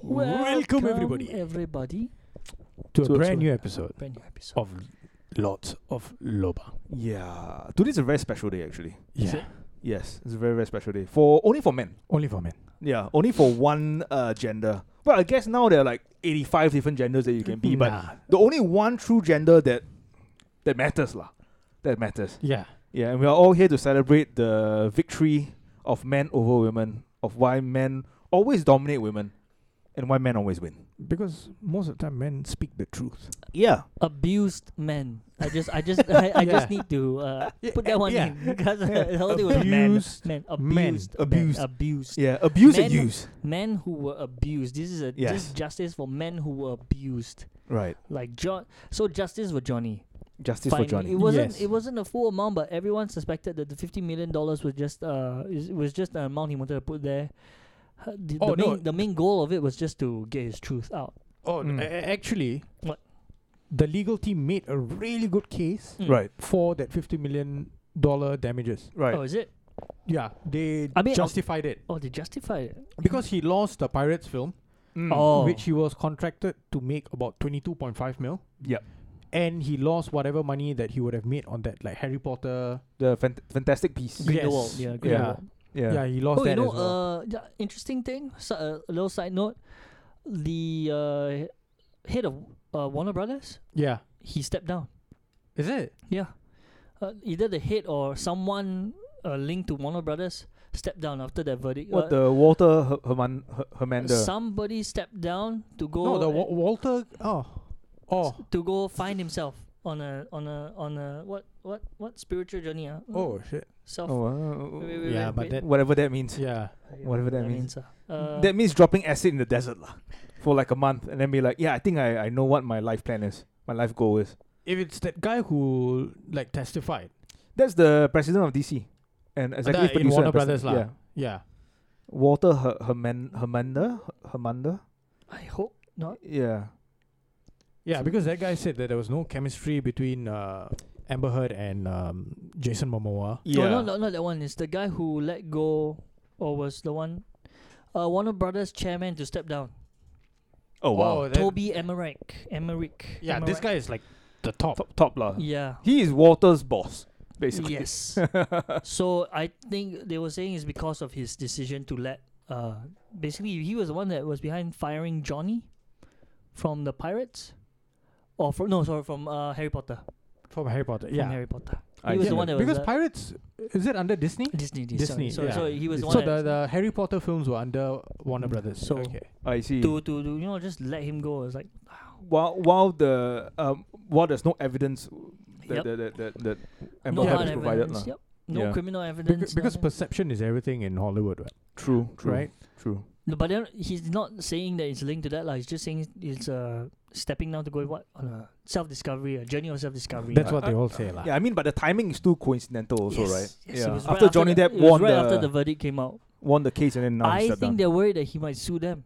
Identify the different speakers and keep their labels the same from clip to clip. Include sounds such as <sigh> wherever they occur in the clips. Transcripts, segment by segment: Speaker 1: Welcome, everybody.
Speaker 2: Everybody.
Speaker 3: to a
Speaker 1: So-
Speaker 3: brand
Speaker 1: so-
Speaker 3: new episode
Speaker 2: Brand new episode.
Speaker 3: of Lots of Loba.
Speaker 1: Yeah, today's a very special day actually.
Speaker 3: Yeah,
Speaker 2: it?
Speaker 1: Yes, it's a very very special day for only for men.
Speaker 3: only for men.
Speaker 1: Yeah, only for <laughs> one uh, gender. But I guess now there are like eighty five different genders that you can be, but
Speaker 3: Nah.
Speaker 1: the only one true gender that that matters lah, that matters.
Speaker 3: yeah,
Speaker 1: Yeah, and we are all here to celebrate the victory of men over women, of why men always dominate women, and why men always win.
Speaker 3: because most of the time men speak the truth.
Speaker 1: Yeah,
Speaker 2: Abused men. I just, I just, I, I just
Speaker 3: Yeah.
Speaker 2: need to uh,
Speaker 1: Yeah,
Speaker 2: put that one
Speaker 1: yeah.
Speaker 2: in because uh, the whole thing was men,
Speaker 1: Abused
Speaker 2: men,
Speaker 3: men,
Speaker 2: abused,
Speaker 1: abused.
Speaker 2: men, abused,
Speaker 1: yeah, abuse and
Speaker 2: Men-
Speaker 1: use.
Speaker 2: men who were abused. This is a this
Speaker 1: Yes.
Speaker 2: is justice for men who were abused.
Speaker 1: Right,
Speaker 2: Like John, so justice for Johnny.
Speaker 1: justice for
Speaker 2: Finally.
Speaker 1: Johnny.
Speaker 2: It wasn't,
Speaker 3: Yes.
Speaker 2: it wasn't a full amount, but everyone suspected that the fifty million dollars was just, uh, is, was just the amount he wanted to put there. Uh, The,
Speaker 3: Oh,
Speaker 2: the, main,
Speaker 3: no.
Speaker 2: the main goal of it was just to get his truth out.
Speaker 3: Oh,
Speaker 1: Mm.
Speaker 3: a- a- actually,
Speaker 2: What?
Speaker 3: the legal team made a really good case
Speaker 2: Mm.
Speaker 1: Right,
Speaker 3: for that fifty million dollar damages.
Speaker 1: right.
Speaker 2: Oh, is it?
Speaker 3: Yeah, they
Speaker 2: I mean, of-
Speaker 3: justified it
Speaker 2: Oh, they justified it.
Speaker 3: because he lost the Pirates film,
Speaker 1: Mm.
Speaker 2: Oh.
Speaker 3: which he was contracted to make about twenty two point five mil.
Speaker 1: Yep.
Speaker 3: And he lost whatever money that he would have made on that, like Harry Potter.
Speaker 1: the fant- fantastic piece.
Speaker 3: Yes.
Speaker 2: Grindelwald, yeah,
Speaker 3: yeah,
Speaker 2: Grindelwald.
Speaker 1: yeah.
Speaker 3: yeah, he lost
Speaker 2: Oh,
Speaker 3: that
Speaker 2: you know,
Speaker 3: as well.
Speaker 2: uh, yeah, interesting thing. So, uh, a little side note: the uh, head of uh, Warner Brothers,
Speaker 3: yeah,
Speaker 2: he stepped down.
Speaker 3: is it?
Speaker 2: Yeah, uh, either the head or someone uh, linked to Warner Brothers stepped down after that verdict.
Speaker 1: What
Speaker 2: Uh,
Speaker 1: the Walter Her- Herman Her- Hermander?
Speaker 2: Somebody stepped down to go
Speaker 3: No, the
Speaker 2: uh,
Speaker 3: Wa- Walter. Oh, oh,
Speaker 2: to go find himself on a on a on a what what what spiritual journey? Uh?
Speaker 3: oh shit.
Speaker 2: self.
Speaker 1: oh,
Speaker 2: Wait,
Speaker 1: uh,
Speaker 2: wait, wait,
Speaker 3: Yeah,
Speaker 2: wait,
Speaker 3: but
Speaker 2: wait.
Speaker 3: that-
Speaker 1: whatever that means.
Speaker 3: Yeah,
Speaker 1: Whatever that means.
Speaker 2: uh, uh,
Speaker 1: that means dropping acid in the desert lah, for like a month, and then be like, yeah, I think I, I know what my life plan is, my life goal is.
Speaker 3: if it's that guy who like testified,
Speaker 1: That's the president of DC, and
Speaker 3: in
Speaker 1: executive producer. and
Speaker 3: Warner Brothers
Speaker 1: president-
Speaker 3: lah.
Speaker 1: Yeah,
Speaker 3: yeah,
Speaker 1: Walter Her- Herman Hermander Hermander.
Speaker 2: I hope not.
Speaker 1: Yeah,
Speaker 3: yeah, because that guy said that there was no chemistry between uh, Amber Heard and um, Jason Momoa.
Speaker 1: yeah.
Speaker 2: No, no, no, not that one. It's the guy who let go or was the one uh Warner Brothers chairman to step down.
Speaker 1: Oh wow,
Speaker 3: that-
Speaker 2: Toby Emmerich. Emmerich.
Speaker 3: Yeah, this guy is like the top.
Speaker 1: top top lah.
Speaker 2: Yeah.
Speaker 1: He is Walter's boss, basically.
Speaker 2: Yes. so I think they were saying it's because of his decision to let uh basically he was the one that was behind firing Johnny from the Pirates. Or from no, sorry, from uh Harry Potter.
Speaker 3: from Harry Potter.
Speaker 2: From
Speaker 3: Yeah,
Speaker 2: Harry Potter.
Speaker 1: <laughs> I
Speaker 2: He was the
Speaker 1: see.
Speaker 2: one that was
Speaker 3: because
Speaker 2: uh,
Speaker 3: Pirates is it under Disney?
Speaker 2: Disney,
Speaker 3: Disney,
Speaker 2: Disney. Sorry,
Speaker 3: yeah.
Speaker 2: sorry, so he was the one
Speaker 3: So
Speaker 2: that
Speaker 3: the, the Harry Potter films were under Warner Brothers.
Speaker 2: So-
Speaker 3: okay.
Speaker 1: I see.
Speaker 2: to, to to you know just let him go. It's like
Speaker 1: while while the um while there's no evidence that
Speaker 2: Yep.
Speaker 1: that that that, that
Speaker 2: no
Speaker 1: Amber
Speaker 3: Yeah,
Speaker 2: hard
Speaker 1: Heard has
Speaker 3: but-
Speaker 1: provided
Speaker 2: evidence.
Speaker 1: lah.
Speaker 2: Yep. No
Speaker 1: Yeah.
Speaker 2: criminal
Speaker 3: Bec-
Speaker 2: evidence.
Speaker 3: because
Speaker 2: nothing.
Speaker 3: perception is everything in Hollywood, right?
Speaker 1: True, true,
Speaker 3: Right.
Speaker 1: true.
Speaker 2: no, but then he's not saying that it's linked to that. Like he's just saying it's uh stepping down to go what on a self discovery, a journey of self discovery.
Speaker 3: That's
Speaker 1: Yeah.
Speaker 3: what they
Speaker 2: <laughs>
Speaker 3: all say, lah.
Speaker 1: Yeah, I mean, but the timing is too coincidental, also,
Speaker 2: yes,
Speaker 1: right?
Speaker 2: Yes,
Speaker 1: yeah.
Speaker 2: it was
Speaker 1: after,
Speaker 2: right
Speaker 1: Johnny
Speaker 2: the-
Speaker 1: Depp
Speaker 2: it was
Speaker 1: won
Speaker 2: right
Speaker 1: the Ah,
Speaker 2: after the verdict came out.
Speaker 1: won the case, and then now
Speaker 2: I
Speaker 1: he's
Speaker 2: think
Speaker 1: stepped down.
Speaker 2: they're worried that he might sue them,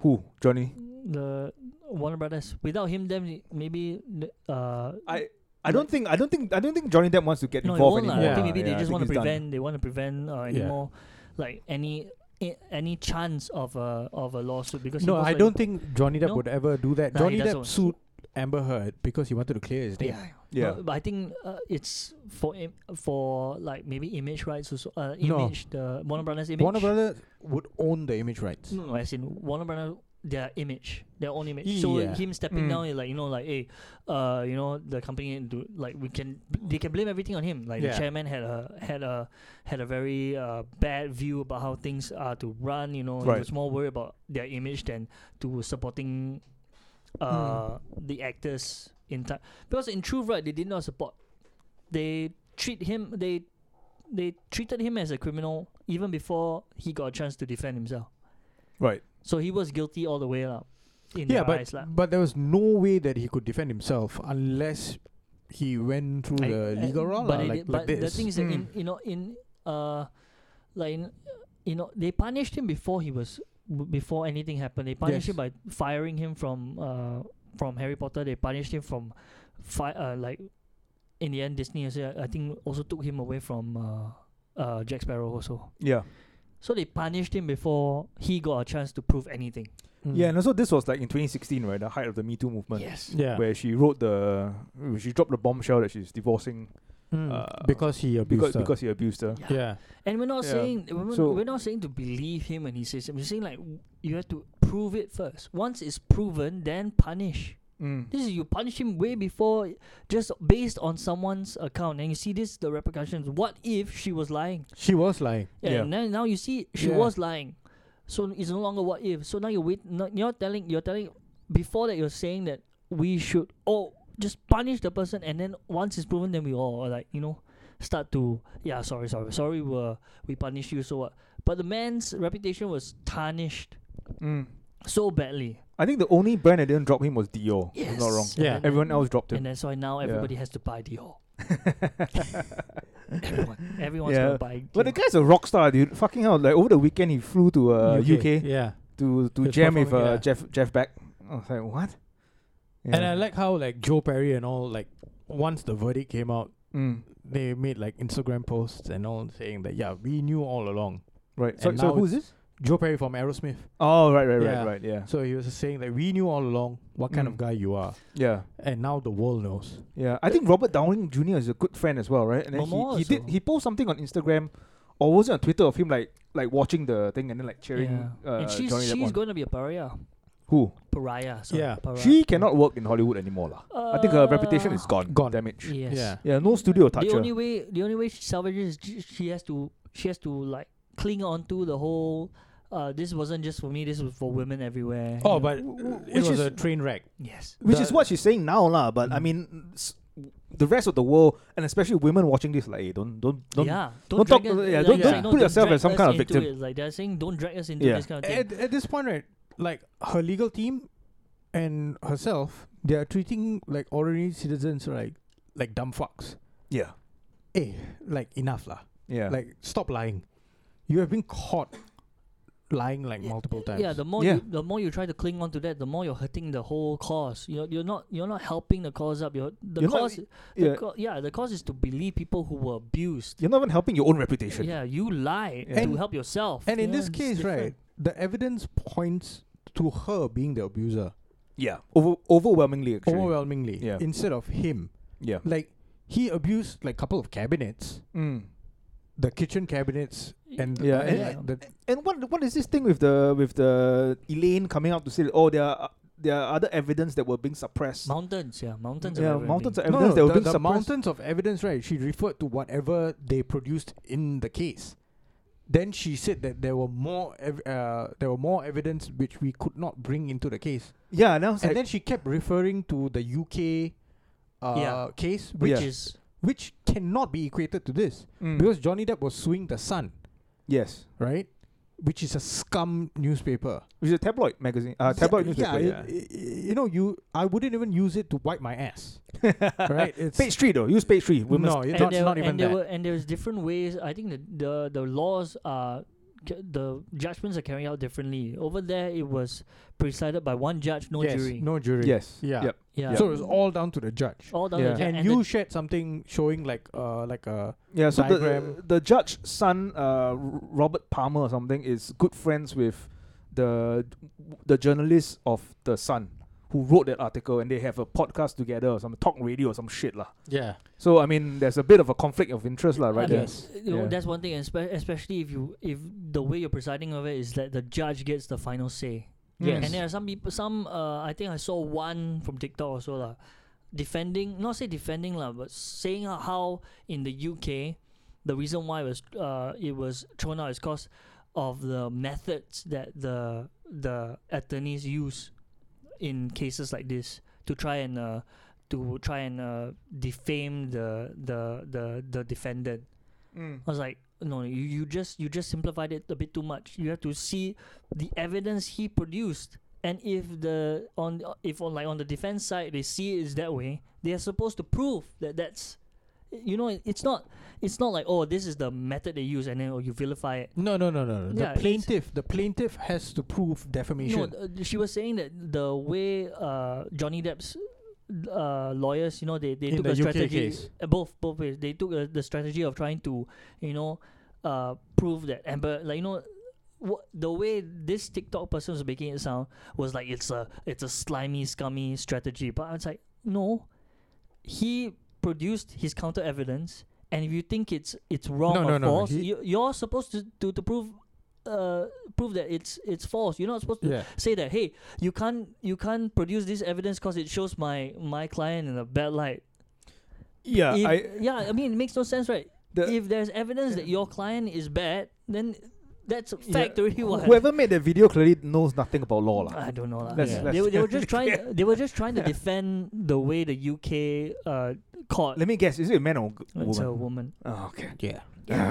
Speaker 1: Who Johnny?
Speaker 2: the Warner Brothers. Without him, them maybe uh
Speaker 1: I I don't think I don't think I don't think Johnny Depp wants to get
Speaker 2: no, it
Speaker 1: involved
Speaker 2: won't lah.
Speaker 1: anymore.
Speaker 2: I think maybe
Speaker 1: yeah,
Speaker 2: they just want to
Speaker 1: he's done.
Speaker 2: prevent. They want to prevent uh, any
Speaker 3: Yeah.
Speaker 2: more, like any i- any chance of a of a lawsuit because he
Speaker 3: No,
Speaker 2: was
Speaker 3: I
Speaker 2: like-
Speaker 3: don't think Johnny Depp
Speaker 2: No.
Speaker 3: would ever do that.
Speaker 2: Nah,
Speaker 3: Johnny
Speaker 2: he doesn't.
Speaker 3: Depp sued Amber Heard because he wanted to clear his name.
Speaker 2: Yeah,
Speaker 1: Yeah.
Speaker 2: No, but I think uh, it's for Im- for like maybe image rights also. Uh,
Speaker 3: No.
Speaker 2: image the Warner Brothers image.
Speaker 3: Warner Brothers would own the image rights.
Speaker 2: No, as in Warner Brothers their image, their own image. So
Speaker 3: Yeah.
Speaker 2: him stepping
Speaker 1: Mm.
Speaker 2: down is like you know like hey, uh, you know the company do, like we can they can blame everything on him. Like
Speaker 3: Yeah.
Speaker 2: the chairman had a had a had a very uh, bad view about how things are to run. You know,
Speaker 1: Right.
Speaker 2: he was more worried about their image than to supporting uh the actors in time because in truth right they did not support they treat him they they treated him as a criminal even before he got a chance to defend himself
Speaker 1: Right.
Speaker 2: so he was guilty all the way up in
Speaker 3: yeah,
Speaker 2: their
Speaker 3: but
Speaker 2: eyes lah.
Speaker 3: but there was no way that he could defend himself unless he went through
Speaker 2: I-
Speaker 3: the
Speaker 2: I-
Speaker 3: legal route,
Speaker 2: but
Speaker 3: lah,
Speaker 2: it-
Speaker 3: like,
Speaker 2: but
Speaker 3: like this.
Speaker 2: the thing is that in
Speaker 1: Mm.
Speaker 2: you know in uh like in, you know they punished him before he was b- before anything happened they punished him by firing him from uh from harry potter they punished him from fi- uh like in the end disney also, i think also took him away from uh uh jack sparrow also
Speaker 1: Yeah.
Speaker 2: so they punished him before he got a chance to prove anything
Speaker 3: Mm.
Speaker 1: Yeah, and also this was like in 2016, right? The height of the Me Too movement.
Speaker 2: Yes.
Speaker 3: yeah.
Speaker 1: Where she wrote the, she dropped the bombshell that she's divorcing
Speaker 3: Mm.
Speaker 1: uh,
Speaker 3: because he abused
Speaker 1: because
Speaker 3: her.
Speaker 1: because uh, he abused her.
Speaker 2: Yeah.
Speaker 3: yeah.
Speaker 2: And we're not
Speaker 1: Yeah.
Speaker 2: saying we're,
Speaker 1: So-
Speaker 2: we're not saying to believe him when he says it. We're saying like w- you have to prove it first. Once it's proven, then punish.
Speaker 1: Mm.
Speaker 2: This is you punish him way before, just based on someone's account. And you see this the repercussions. What if she was lying?
Speaker 3: She was lying.
Speaker 2: Yeah.
Speaker 1: Yeah.
Speaker 2: And then now you see she
Speaker 3: Yeah.
Speaker 2: was lying, so it's no longer what if. So now you wait. No, you're telling you're telling before that you're saying that we should oh just punish the person and then once it's proven then we all are like you know start to yeah sorry sorry sorry we were- we punish you so what but the man's reputation was tarnished
Speaker 1: Mm.
Speaker 2: so badly
Speaker 1: I think the only brand that didn't drop him was Dior. if I'm
Speaker 2: yes
Speaker 1: not wrong.
Speaker 2: And
Speaker 3: Yeah.
Speaker 2: then-
Speaker 1: Everyone else dropped him.
Speaker 2: and that's why now
Speaker 1: Yeah.
Speaker 2: everybody has to buy Dior everyone everyone's
Speaker 1: Yeah.
Speaker 2: gonna buy Dior.
Speaker 1: <laughs> But the guy's a rock star, dude. Fucking hell! Like over the weekend, he flew to uh, UK,
Speaker 3: Yeah.
Speaker 1: to to
Speaker 3: He's
Speaker 1: jam with uh,
Speaker 3: performing, yeah.
Speaker 1: Jeff Jeff Beck. I was like, what?
Speaker 3: And
Speaker 1: Yeah.
Speaker 3: I like how like Joe Perry and all like once the verdict came out,
Speaker 1: Mm,
Speaker 3: they made like Instagram posts and all saying that yeah we knew all along.
Speaker 1: right. So,
Speaker 3: And
Speaker 1: so
Speaker 3: now
Speaker 1: who's this?
Speaker 3: Joe Perry from Aerosmith.
Speaker 1: Oh, right, right, right,
Speaker 3: Yeah.
Speaker 1: right. Yeah,
Speaker 3: So he was saying that we knew all along what kind
Speaker 1: Mm.
Speaker 3: of guy you are,
Speaker 1: yeah,
Speaker 3: and now the world knows.
Speaker 1: yeah. I
Speaker 3: Uh,
Speaker 1: think Robert Downey Jr. is a good friend as well, right? And then
Speaker 2: Momoa
Speaker 1: he, he did
Speaker 2: also.
Speaker 1: he posted something on Instagram, or was it on Twitter of him like like watching the thing and then like cheering.
Speaker 2: yeah.
Speaker 1: Uh,
Speaker 2: and she's
Speaker 1: Johnny Depp
Speaker 2: she's
Speaker 1: on.
Speaker 2: going to be a pariah
Speaker 1: Who?
Speaker 2: pariah sorry,
Speaker 3: Yeah.
Speaker 2: pariah.
Speaker 1: She cannot work in Hollywood anymore, lah. I think her reputation is
Speaker 2: Uh,
Speaker 1: gone.
Speaker 3: Gone.
Speaker 1: Damaged.
Speaker 2: yes
Speaker 3: Yeah.
Speaker 1: Yeah, no studio will touch
Speaker 2: the
Speaker 1: her.
Speaker 2: only way the only way she salvages is j- she has to she has to like cling on to the whole uh this wasn't just for me this was for women everywhere
Speaker 3: Oh,
Speaker 2: you know.
Speaker 3: but
Speaker 1: W- w-
Speaker 3: it
Speaker 1: which
Speaker 3: was
Speaker 1: is-
Speaker 3: a train wreck.
Speaker 2: yes
Speaker 1: Which
Speaker 3: The-
Speaker 1: is what she's saying now, lah. But I
Speaker 3: Mm.
Speaker 1: mean, s- the rest of the world, and especially women watching this, like, hey, don't, don't, don't.
Speaker 2: yeah
Speaker 1: don't
Speaker 2: drag
Speaker 1: talk-
Speaker 2: us-
Speaker 1: yeah,
Speaker 2: like
Speaker 1: don't-
Speaker 2: you
Speaker 3: don't
Speaker 2: say, no,
Speaker 1: put yourself
Speaker 2: drag
Speaker 1: as some
Speaker 2: us
Speaker 1: kind of
Speaker 2: into
Speaker 1: victim.
Speaker 2: it. like they're saying don't drag us into
Speaker 1: Yeah.
Speaker 2: this kind of thing
Speaker 3: At, at this point, right, like her legal team and herself, they are treating like ordinary citizens like like dumb fucks.
Speaker 1: Yeah,
Speaker 3: Eh, like enough lah.
Speaker 1: yeah.
Speaker 3: Like stop lying. You have been caught lying like multiple times.
Speaker 2: yeah the more
Speaker 1: Yeah.
Speaker 2: you the more you try to cling on to that the more you're hurting the whole cause you're, you're not you're not helping the cause up you're the
Speaker 1: You're not-
Speaker 2: cause the
Speaker 1: yeah.
Speaker 2: co- yeah the cause is to believe people who were abused
Speaker 1: You're not even helping your own reputation.
Speaker 2: yeah you lie
Speaker 1: Yeah.
Speaker 2: to
Speaker 3: And-
Speaker 2: help yourself
Speaker 3: and in
Speaker 2: Yeah,
Speaker 3: this
Speaker 2: it's
Speaker 3: case,
Speaker 2: different.
Speaker 3: right, the evidence points to her being the abuser
Speaker 1: Yeah. Over- overwhelmingly, actually.
Speaker 3: overwhelmingly
Speaker 1: Yeah.
Speaker 3: instead of him.
Speaker 1: yeah.
Speaker 3: Like he abused like couple of cabinets,
Speaker 1: Mm.
Speaker 3: the kitchen cabinets, and
Speaker 1: Yeah,
Speaker 3: and,
Speaker 1: and-
Speaker 3: like, the,
Speaker 1: And what what is this thing with the with the Elaine coming out to say, that, oh, there are there are other evidence that were being suppressed.
Speaker 2: Mountains, yeah, mountains.
Speaker 1: yeah,
Speaker 2: are very
Speaker 1: mountains
Speaker 2: big.
Speaker 1: of evidence that were
Speaker 3: the,
Speaker 1: being
Speaker 3: the
Speaker 1: suppressed.
Speaker 3: mountains of evidence, right? She referred to whatever they produced in the case. Then she said that there were more, ev- uh, there were more evidence which we could not bring into the case.
Speaker 1: Yeah, and I was
Speaker 3: and
Speaker 1: like,
Speaker 3: then she kept referring to the UK uh,
Speaker 2: Yeah.
Speaker 3: case, which
Speaker 1: Yeah.
Speaker 2: which is
Speaker 3: which cannot be equated to this
Speaker 1: mm,
Speaker 3: because Johnny Depp was suing the Sun,
Speaker 1: yes,
Speaker 3: right? Which is a scum newspaper.
Speaker 1: which is a tabloid magazine, uh, tabloid newspaper.
Speaker 3: Yeah, it- it- you know, you I wouldn't even use it to wipe my ass, right? It's
Speaker 1: <laughs> Page three though. Use page three. Women's
Speaker 3: no, it's
Speaker 2: and
Speaker 3: not,
Speaker 2: there,
Speaker 3: not
Speaker 2: were-
Speaker 3: even
Speaker 2: and there
Speaker 3: that.
Speaker 2: were and there's different ways. I think the the, the laws are ca- the judgments are carried out differently. Over there, it was presided by one judge, no
Speaker 3: yes,
Speaker 2: jury.
Speaker 3: no jury.
Speaker 1: Yes.
Speaker 3: Yeah.
Speaker 1: Yep.
Speaker 2: yeah.
Speaker 3: So it was all down to the judge.
Speaker 2: all down
Speaker 1: Yeah.
Speaker 2: the judge.
Speaker 3: and,
Speaker 2: and
Speaker 3: you
Speaker 2: the-
Speaker 3: shared something showing like uh like a
Speaker 1: Yeah, so the,
Speaker 3: diagram.
Speaker 1: the judge's son, uh, R- Robert Palmer or something, is good friends with the the journalist of the Sun who wrote that article, and they have a podcast together or some talk radio or some shit lah.
Speaker 3: yeah
Speaker 1: So I mean, there's a bit of a conflict of interest lah,
Speaker 2: I
Speaker 1: right
Speaker 2: mean,
Speaker 1: there.
Speaker 3: Yes.
Speaker 2: you know,
Speaker 1: Yeah.
Speaker 2: that's one thing, and spe- especially if you if the way you're presiding over it is that the judge gets the final say.
Speaker 1: Yes.
Speaker 2: And there are some people, some uh, I think I saw one from TikTok also lah, defending, not say defending lah, but saying ho- how in the UK, the reason why it was uh, it was thrown out is because of the methods that the the attorneys use in cases like this to try and uh, to try and uh, defame the the the the defendant.
Speaker 1: Mm.
Speaker 2: I was like, no, you, you just you just simplified it a bit too much. You have to see the evidence he produced, and if the on if on like on the defense side they see it is that way, they are supposed to prove that that's, you know, it- it's not it's not like oh this is the method they use and then oh you vilify it.
Speaker 3: no no no no no.
Speaker 2: Yeah,
Speaker 3: the
Speaker 2: it's-
Speaker 3: plaintiff the plaintiff has to prove
Speaker 2: No,
Speaker 3: defamation
Speaker 2: uh, she was saying that the way uh, Johnny Depp's uh, lawyers, you know, they, they
Speaker 3: In
Speaker 2: took
Speaker 3: the
Speaker 2: a
Speaker 3: UK
Speaker 2: strategy.
Speaker 3: case.
Speaker 2: uh, Both both ways, they took uh, the strategy of trying to, you know, uh, prove that Amber, like you know, wha- the way this TikTok person was making it sound was like it's a it's a slimy, scummy strategy. But I was like, no, he produced his counter evidence, and if you think it's it's wrong
Speaker 3: No,
Speaker 2: or
Speaker 3: no, no,
Speaker 2: false,
Speaker 3: he-
Speaker 2: you, you're supposed to, to, to prove uh prove that it's it's false. You're not supposed to
Speaker 3: Yeah.
Speaker 2: say that hey you can't you can't produce this evidence because it shows my my client in a bad light
Speaker 1: yeah,
Speaker 3: Uh,
Speaker 2: If-
Speaker 1: I
Speaker 2: yeah i mean it makes no sense right
Speaker 1: the,
Speaker 2: if there's evidence that your client is bad then that's a fact <laughs> already what
Speaker 1: whoever made that video clearly knows nothing about law lah.
Speaker 2: I don't know. lah.
Speaker 1: Let's-
Speaker 2: Yeah.
Speaker 1: let's-
Speaker 2: They, were- they
Speaker 1: <laughs>
Speaker 2: were just trying.
Speaker 1: Yeah.
Speaker 2: They were just trying to defend the way the UK uh, caught.
Speaker 1: Let me guess, is it a man or a
Speaker 2: It's a
Speaker 1: woman?
Speaker 2: woman.
Speaker 1: Oh, okay. Ah.
Speaker 3: Yeah.
Speaker 2: <sighs>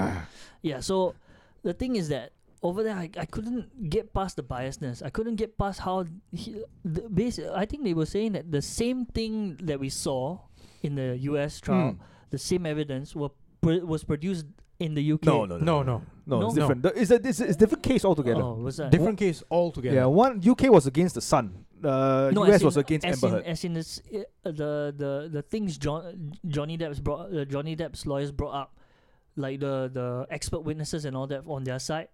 Speaker 2: Yeah. So the thing is that over there, I, I couldn't get past the biasness. I couldn't get past how he, the base. I think they were saying that the same thing that we saw in the US trial,
Speaker 1: Mm.
Speaker 2: the same evidence were pr- was produced in the UK.
Speaker 1: No, no,
Speaker 3: No, no.
Speaker 1: no, it's
Speaker 2: No.
Speaker 1: different. The- It's a it's, a- it's a different case altogether.
Speaker 2: Oh, was that?
Speaker 3: Different case altogether.
Speaker 1: Yeah, one UK was against the Sun. Uh,
Speaker 2: No, as
Speaker 1: US
Speaker 2: in-
Speaker 1: was against
Speaker 2: as
Speaker 1: Amber
Speaker 2: in,
Speaker 1: Heard.
Speaker 2: as in this, uh, the the the things John, Johnny Depp's brought uh, Johnny Depp's lawyers brought up, like the the expert witnesses and all that on their side,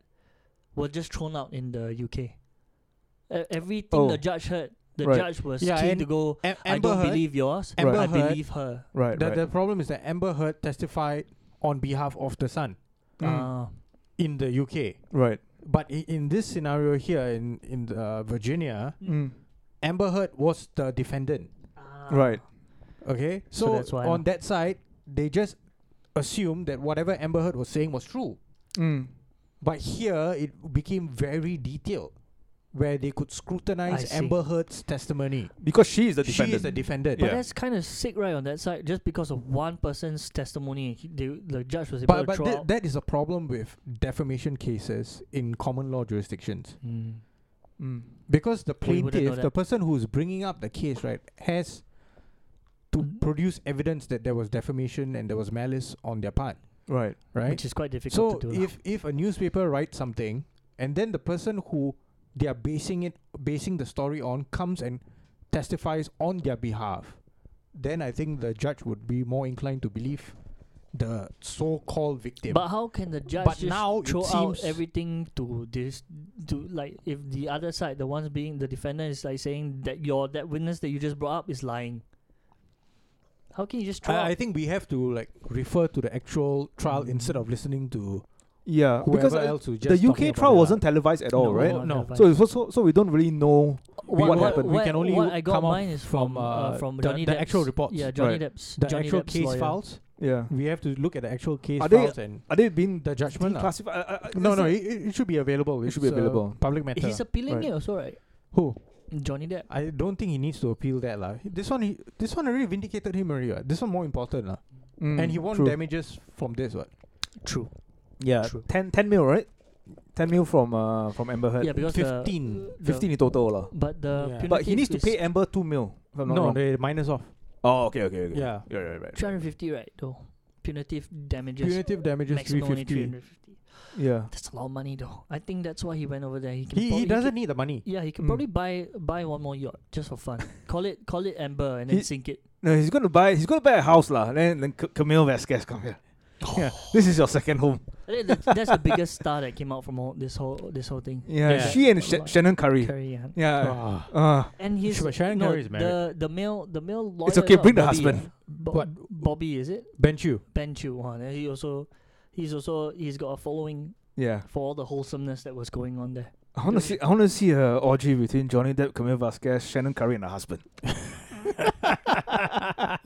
Speaker 2: were just thrown out in the UK. E- everything
Speaker 1: Oh.
Speaker 2: the judge heard, the
Speaker 1: Right.
Speaker 2: judge was
Speaker 3: Yeah,
Speaker 2: keen
Speaker 3: and
Speaker 2: to go.
Speaker 3: Am-
Speaker 2: I
Speaker 3: Amber
Speaker 2: don't
Speaker 3: Heard.
Speaker 2: believe yours.
Speaker 1: Amber
Speaker 2: I
Speaker 3: Heard-
Speaker 2: believe her.
Speaker 1: Right,
Speaker 3: the,
Speaker 1: right.
Speaker 3: the problem is that Amber Heard testified on behalf of the son
Speaker 1: Mm,
Speaker 2: Uh,
Speaker 3: in the UK.
Speaker 1: right.
Speaker 3: But i- in this scenario here in in uh, Virginia,
Speaker 1: Mm,
Speaker 3: Amber Heard was the defendant.
Speaker 2: uh,
Speaker 1: right.
Speaker 3: Okay,
Speaker 2: So
Speaker 3: so,
Speaker 2: that's why-
Speaker 3: on that side, they just assumed that whatever Amber Heard was saying was true.
Speaker 1: Mm.
Speaker 3: But here, it became very detailed, where they could
Speaker 2: I
Speaker 3: scrutinize
Speaker 2: see.
Speaker 3: Amber Heard's testimony.
Speaker 1: Because she is the
Speaker 3: she
Speaker 1: defendant.
Speaker 3: is the defendant.
Speaker 2: But
Speaker 1: Yeah.
Speaker 2: that's kind of sick, right? On that side, just because of one person's testimony, he, they, the judge was able
Speaker 3: But,
Speaker 2: to
Speaker 3: but
Speaker 2: throw
Speaker 3: tha-
Speaker 2: out.
Speaker 3: that is a problem with defamation cases in common law jurisdictions.
Speaker 2: Mm.
Speaker 1: Mm.
Speaker 3: Because the
Speaker 2: We wouldn't know
Speaker 3: plaintiff,
Speaker 2: that.
Speaker 3: the person who's bringing up the case, right, has to
Speaker 2: Mm.
Speaker 3: produce evidence that there was defamation and there was malice on their part,
Speaker 1: Right.
Speaker 3: right?
Speaker 2: Which is quite difficult
Speaker 3: So
Speaker 2: to do. lah.
Speaker 3: if if a newspaper writes something and then the person who they are basing it basing the story on comes and testifies on their behalf, then I think the judge would be more inclined to believe the so-called victim.
Speaker 2: But how can the judge
Speaker 3: But
Speaker 2: just
Speaker 3: now it
Speaker 2: throw out
Speaker 3: seems-
Speaker 2: everything to this to like if the other side, the ones being the defendant, is like saying that your that witness that you just brought up is lying? How can you just throw? out-
Speaker 3: I, I think we have to like refer to the actual trial
Speaker 2: Mm.
Speaker 3: instead of listening to
Speaker 1: Yeah.
Speaker 3: whoever
Speaker 1: because uh,
Speaker 3: else who
Speaker 1: the
Speaker 3: just talking
Speaker 1: UK
Speaker 3: about
Speaker 1: trial
Speaker 3: it.
Speaker 1: wasn't televised at all,
Speaker 2: No,
Speaker 1: right?
Speaker 2: not
Speaker 3: No.
Speaker 2: advised.
Speaker 1: So, so so so we don't really know.
Speaker 3: what happened?
Speaker 2: What,
Speaker 3: We can only
Speaker 2: what
Speaker 3: w-
Speaker 2: I got
Speaker 3: come up
Speaker 2: mine is from
Speaker 3: from,
Speaker 2: uh,
Speaker 3: uh,
Speaker 2: from
Speaker 3: the-
Speaker 2: Johnny
Speaker 3: the
Speaker 2: Depp's-
Speaker 3: actual reports.
Speaker 2: Yeah, Johnny
Speaker 1: Right.
Speaker 2: Depp's
Speaker 3: the
Speaker 2: Johnny
Speaker 3: actual
Speaker 2: Depp's
Speaker 3: case
Speaker 2: lawyer.
Speaker 3: files.
Speaker 1: Yeah.
Speaker 3: We have to look at the actual case
Speaker 1: Are they-
Speaker 3: files and
Speaker 1: Are they being
Speaker 3: Mm. the judgment. lah.
Speaker 1: classified? Uh, uh,
Speaker 3: No,
Speaker 1: is
Speaker 3: no,
Speaker 1: it-
Speaker 3: it, it it should be available.
Speaker 1: It should
Speaker 3: It's
Speaker 1: be
Speaker 3: a
Speaker 1: available.
Speaker 3: public matter.
Speaker 2: He's appealing
Speaker 1: Right.
Speaker 2: it also, right?
Speaker 3: Who?
Speaker 2: Johnny Depp.
Speaker 3: I don't think he needs to appeal that lah. This one, he, this one already vindicated him already. What. This one more important lah.
Speaker 1: Mm,
Speaker 3: and he won
Speaker 1: true.
Speaker 3: damages from this one.
Speaker 2: True.
Speaker 1: Yeah.
Speaker 2: True.
Speaker 1: 10, 10 mil, right? Ten mil from uh from Amber Heard.
Speaker 2: Yeah, because the-
Speaker 3: 15.
Speaker 2: the,
Speaker 1: Fifteen in total, lah.
Speaker 2: But the
Speaker 3: Yeah.
Speaker 1: But
Speaker 2: punitive
Speaker 1: he needs to
Speaker 2: is
Speaker 1: pay Amber two mil. If I'm not
Speaker 3: No,
Speaker 1: wrong.
Speaker 3: they minus off.
Speaker 1: Oh, okay, okay, okay.
Speaker 3: Yeah.
Speaker 1: Yeah, right, right.
Speaker 2: 350, right? Though punitive damages.
Speaker 3: Punitive damages
Speaker 2: maximum only
Speaker 3: 350.
Speaker 2: 350.
Speaker 1: Yeah.
Speaker 2: That's a lot of money, though. I think that's why he went over there. He can
Speaker 3: He,
Speaker 2: probably-
Speaker 3: he doesn't Hmm.
Speaker 2: can-
Speaker 3: need the money.
Speaker 2: yeah, he can
Speaker 1: Mm.
Speaker 2: probably buy buy one more yacht just for
Speaker 3: <laughs>
Speaker 2: fun. call it call it Amber and then
Speaker 1: He-
Speaker 2: sink it.
Speaker 1: No, he's gonna buy. He's gonna buy a house, lah. Then then C- Camille Vasquez come here.
Speaker 2: <sighs>
Speaker 1: yeah, this is your second home.
Speaker 2: I think That's, that's the biggest star that came out from all this whole this whole thing.
Speaker 1: Yeah,
Speaker 3: Yeah.
Speaker 1: she and Sh- Shannon Curry.
Speaker 2: Curry, yeah.
Speaker 1: Yeah.
Speaker 3: Ah.
Speaker 1: Uh,
Speaker 2: And he's
Speaker 3: Sure, but Sharon
Speaker 2: no,
Speaker 3: Curry is
Speaker 2: the
Speaker 3: married.
Speaker 2: the male the male lawyer.
Speaker 1: It's okay,
Speaker 2: is not
Speaker 1: bring the
Speaker 2: Bobby,
Speaker 1: husband.
Speaker 2: yeah. Bo-
Speaker 3: But-
Speaker 2: Bobby is it?
Speaker 3: Bench you.
Speaker 2: Ben Chu one. And he also he's also he's got a following
Speaker 1: yeah.
Speaker 2: for all the wholesomeness that was going on
Speaker 3: <laughs>
Speaker 2: there.
Speaker 1: I want to see. I want to see a orgy between Johnny Depp, Camille Vasquez, Shannon Curry, and her husband.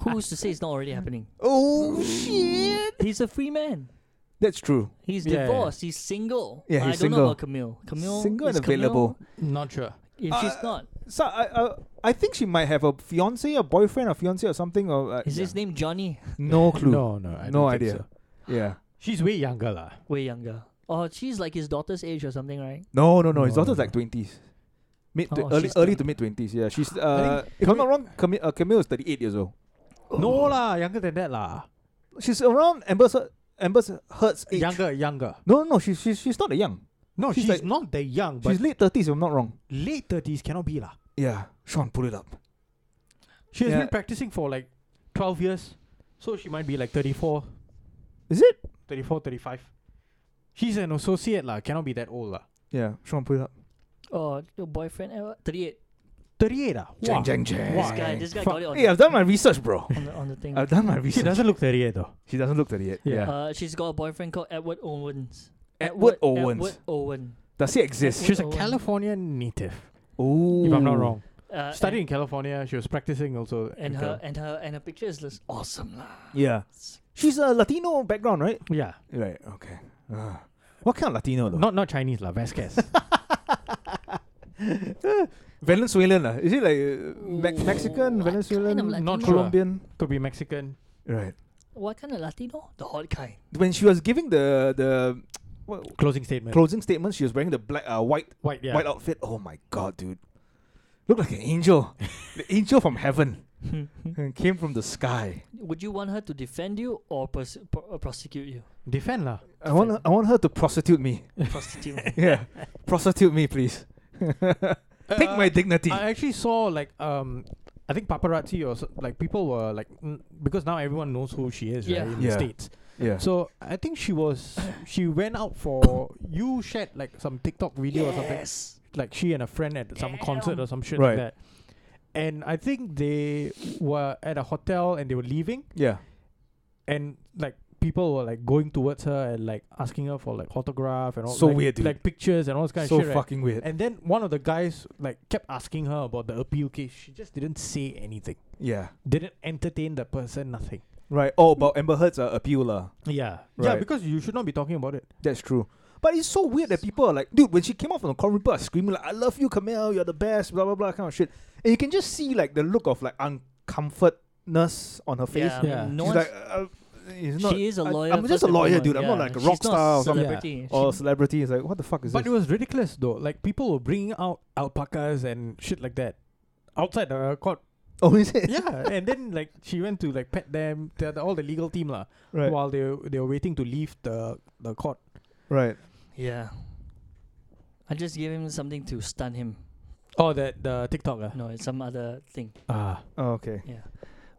Speaker 2: Who's to say it's not already happening?
Speaker 1: Oh shit!
Speaker 2: He's a free man.
Speaker 1: That's true.
Speaker 2: He's
Speaker 3: Yeah.
Speaker 2: divorced. He's single.
Speaker 1: Yeah,
Speaker 2: I
Speaker 1: he's
Speaker 2: don't know
Speaker 1: single.
Speaker 2: about Camille. Camille
Speaker 1: Single
Speaker 2: is
Speaker 1: and available.
Speaker 3: Not sure.
Speaker 2: Camille, if
Speaker 1: Uh,
Speaker 2: she's not,
Speaker 1: So I, I, I think she might have a fiance, a boyfriend, a fiance, or something. Or uh,
Speaker 2: is his name Johnny? <laughs>
Speaker 1: no clue.
Speaker 3: No, no. I
Speaker 1: No
Speaker 3: don't think
Speaker 1: idea.
Speaker 3: so.
Speaker 1: Yeah.
Speaker 3: She's way younger lah.
Speaker 2: Way younger. Oh, she's like his daughter's age or something, right?
Speaker 1: <gasps> No, no, no. His
Speaker 3: No,
Speaker 1: daughter's
Speaker 3: no.
Speaker 1: like twenties, mid tw-
Speaker 2: Oh,
Speaker 1: early,
Speaker 2: she's
Speaker 1: early
Speaker 2: twen-
Speaker 1: to mid twenties. Yeah, she's. Uh, if I'm not wrong, Camille, uh, Camille is thirty-eight years old.
Speaker 3: No lah, younger than that lah.
Speaker 1: She's around Amber Heard- Amber Heard's age.
Speaker 3: Younger, younger.
Speaker 1: No, no, no. She's she's she's not that young.
Speaker 3: No,
Speaker 1: She's
Speaker 3: she's,
Speaker 1: like-
Speaker 3: not that young, but
Speaker 1: She's late thirties. If I'm not wrong.
Speaker 3: late thirties cannot be lah.
Speaker 1: Yeah, Sean, pull it up.
Speaker 3: She has
Speaker 1: Yeah.
Speaker 3: been practicing for like twelve years, so she might be like 34,
Speaker 1: Is it?
Speaker 3: 34, 35. She's an associate lah. Cannot be that old lah.
Speaker 1: Yeah, Sean, put it up.
Speaker 2: Oh, your boyfriend uh, 38.
Speaker 3: 38 ah?
Speaker 1: Jeng,
Speaker 3: Wow.
Speaker 1: jeng, jeng.
Speaker 2: This guy, this guy
Speaker 1: Fuck.
Speaker 2: got it on,
Speaker 1: Hey, I've done my research,
Speaker 2: <laughs>
Speaker 1: bro.
Speaker 2: on, the, on the thing.
Speaker 1: I've done my
Speaker 3: She
Speaker 1: research.
Speaker 3: doesn't look 38 though.
Speaker 1: She doesn't look 38. Yeah.
Speaker 3: Yeah.
Speaker 2: Uh, she's got a boyfriend called Edward Owens.
Speaker 1: Edward Owens.
Speaker 2: Edward Owen.
Speaker 1: Does he exist?
Speaker 3: She's a
Speaker 2: Oh.
Speaker 3: California native,
Speaker 1: Oh.
Speaker 3: if I'm not wrong.
Speaker 2: Uh,
Speaker 3: Studied in California. She was practicing also. in
Speaker 2: And, and her
Speaker 3: Cal-
Speaker 2: and her and her picture is just awesome lah.
Speaker 1: Yeah.
Speaker 2: It's-
Speaker 1: She's a Latino background, right?
Speaker 3: Yeah.
Speaker 1: Right. Okay. Ah. what kind of Latino though?
Speaker 3: Not not Chinese, la, <laughs> Vasquez.
Speaker 1: <laughs> Venezuelan. ah. Is it like uh, Me-
Speaker 2: Ooh,
Speaker 1: Mexican,
Speaker 2: what
Speaker 1: Venezuelan,
Speaker 2: kind of
Speaker 1: not
Speaker 2: Latino?
Speaker 1: Colombian?
Speaker 3: Could be Mexican.
Speaker 1: Right.
Speaker 2: What kind of Latino? The hot kind. <laughs>
Speaker 1: <laughs> When she was giving the the what,
Speaker 3: Closing statement.
Speaker 1: closing statement, she was wearing the black uh, white
Speaker 3: White, yeah.
Speaker 1: white outfit. Oh my god, dude. Looked like an angel. <laughs> the angel from heaven. And came from the sky.
Speaker 2: Would you want her to defend you or pers- pr- uh, prosecute you?
Speaker 1: <laughs>
Speaker 3: Defend la.
Speaker 1: I want her, I want her to prostitute me.
Speaker 2: Prostitute.
Speaker 1: <laughs> Yeah. prostitute me, please. <laughs> Take
Speaker 2: Uh,
Speaker 1: my dignity.
Speaker 3: I actually saw like um, I think paparazzi or so, like people were like n- because now everyone knows who she is
Speaker 2: Yeah.
Speaker 3: right, in
Speaker 1: Yeah.
Speaker 3: the states.
Speaker 1: yeah.
Speaker 3: So I think she was she went out for you shared like some TikTok video or something
Speaker 2: yes.
Speaker 3: like she and a friend at some concert
Speaker 2: Damn.
Speaker 3: or some shit like
Speaker 1: Right.
Speaker 3: that. And I think they were at a hotel and they were leaving
Speaker 1: yeah.
Speaker 3: and like people were like going towards her and like asking her for like autograph and all
Speaker 1: So
Speaker 3: like,
Speaker 1: weird, dude.
Speaker 3: like pictures and all this kind
Speaker 1: So
Speaker 3: of shit. right?
Speaker 1: fucking weird.
Speaker 3: And then one of the guys like kept asking her about the appeal case. She just didn't say anything.
Speaker 1: Yeah.
Speaker 3: Didn't entertain the person. Nothing.
Speaker 1: Right. Oh, about Amber Heard's uh, appeal, lah.
Speaker 3: Yeah. Yeah,
Speaker 1: Right.
Speaker 3: because you should not be talking about it.
Speaker 1: That's true. But it's so weird that people are like, dude, when she came out from the corner, people are screaming like, "I love you, Camille. You're the best." Blah blah blah, kind of shit. And you can just see like the look of like uncomfortness on her face.
Speaker 2: Yeah. I mean,
Speaker 3: Yeah.
Speaker 2: No one's,
Speaker 1: She's like, uh, it's not,
Speaker 2: she is a
Speaker 1: I-
Speaker 2: lawyer.
Speaker 1: I'm just
Speaker 2: first
Speaker 1: a
Speaker 2: and
Speaker 1: lawyer,
Speaker 2: foremost.
Speaker 1: dude. I'm not
Speaker 2: Yeah.
Speaker 1: like a rock
Speaker 2: She's not
Speaker 1: star or something.
Speaker 2: celebrity.
Speaker 1: Or
Speaker 2: She-
Speaker 1: celebrity. It's like, what the fuck is
Speaker 3: But it
Speaker 1: this?
Speaker 3: was ridiculous though. Like people were bringing out alpacas and shit like that outside the <laughs> court.
Speaker 1: <laughs> Oh, is it?
Speaker 3: yeah. And then like she went to like pet them, the, the, all the legal team lah,
Speaker 1: Right.
Speaker 3: while they were- they were waiting to leave the the court.
Speaker 1: Right.
Speaker 2: yeah. I just gave him something to stun him.
Speaker 3: Oh, that the TikTok ah.
Speaker 2: No, it's some other thing.
Speaker 3: Ah.
Speaker 1: Oh, okay.
Speaker 2: Yeah.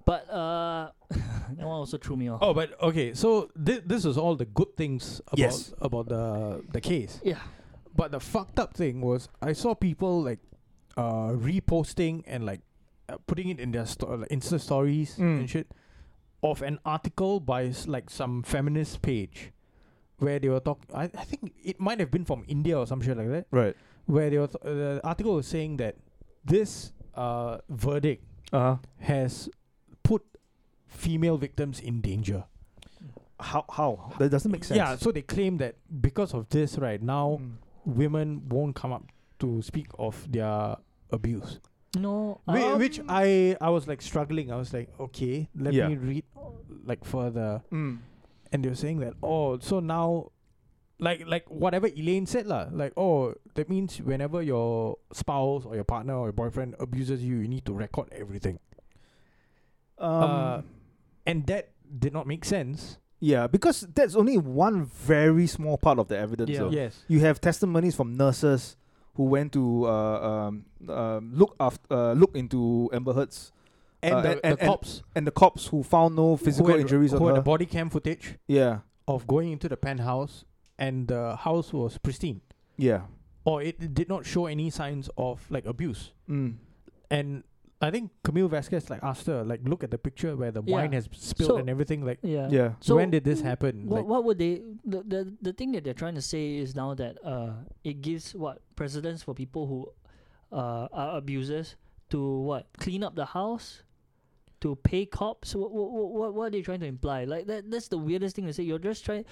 Speaker 2: But uh, <laughs> that one also threw me off.
Speaker 3: Oh, but okay. So thi- this is all the good things about
Speaker 1: Yes.
Speaker 3: about the the case.
Speaker 2: Yeah.
Speaker 3: But the fucked up thing was I saw people like uh reposting and like uh, putting it in their sto- like, Insta stories
Speaker 1: Mm.
Speaker 3: and shit of an article by s- like some feminist page where they were talking I, I think it might have been from India or some shit like that
Speaker 1: Right.
Speaker 3: where they were th- uh, the article was saying that this uh verdict
Speaker 1: Uh
Speaker 2: Uh-huh.
Speaker 3: has put female victims in danger.
Speaker 1: How? How? That doesn't make sense.
Speaker 3: Yeah, so they claim that because of this, right now
Speaker 1: Mm.
Speaker 3: women won't come up to speak of their abuse.
Speaker 2: No.
Speaker 3: Whi-
Speaker 2: um,
Speaker 3: which I I was like struggling. I was like, okay, let
Speaker 1: Yeah.
Speaker 3: me read like further.
Speaker 1: Mm.
Speaker 3: And they were saying that oh, so now, like like whatever Elaine said lah, like oh, that means whenever your spouse or your partner or your boyfriend abuses you, you need to record everything.
Speaker 1: Um,
Speaker 3: Uh, And that did not make sense.
Speaker 1: yeah, because that's only one very small part of the evidence. though.
Speaker 3: Yes.
Speaker 1: you have testimonies from nurses who went to uh, um, um look after uh, look into Amber Heard's
Speaker 3: And
Speaker 1: Uh,
Speaker 3: the,
Speaker 1: and-
Speaker 3: the
Speaker 1: and- and
Speaker 3: cops
Speaker 1: and the cops who found no physical
Speaker 3: who had-
Speaker 1: injuries on
Speaker 3: who had
Speaker 1: her.
Speaker 3: the body cam footage
Speaker 1: yeah,
Speaker 3: of going into the penthouse and the house was pristine
Speaker 1: yeah,
Speaker 3: or it it did not show any signs of like abuse
Speaker 1: mm.
Speaker 3: and i think camille vasquez like asked her like look at the picture where the
Speaker 2: Yeah.
Speaker 3: wine has spilled
Speaker 2: So-
Speaker 3: and everything like
Speaker 2: Yeah.
Speaker 1: yeah,
Speaker 2: So
Speaker 3: when did this happen
Speaker 2: What,
Speaker 3: like
Speaker 2: what would they the, the the thing that they're trying to say is now that uh it gives what precedence for people who uh are abusers to what clean up the house to pay cops what what, what, what are they trying to imply like that that's the weirdest thing to say you're just trying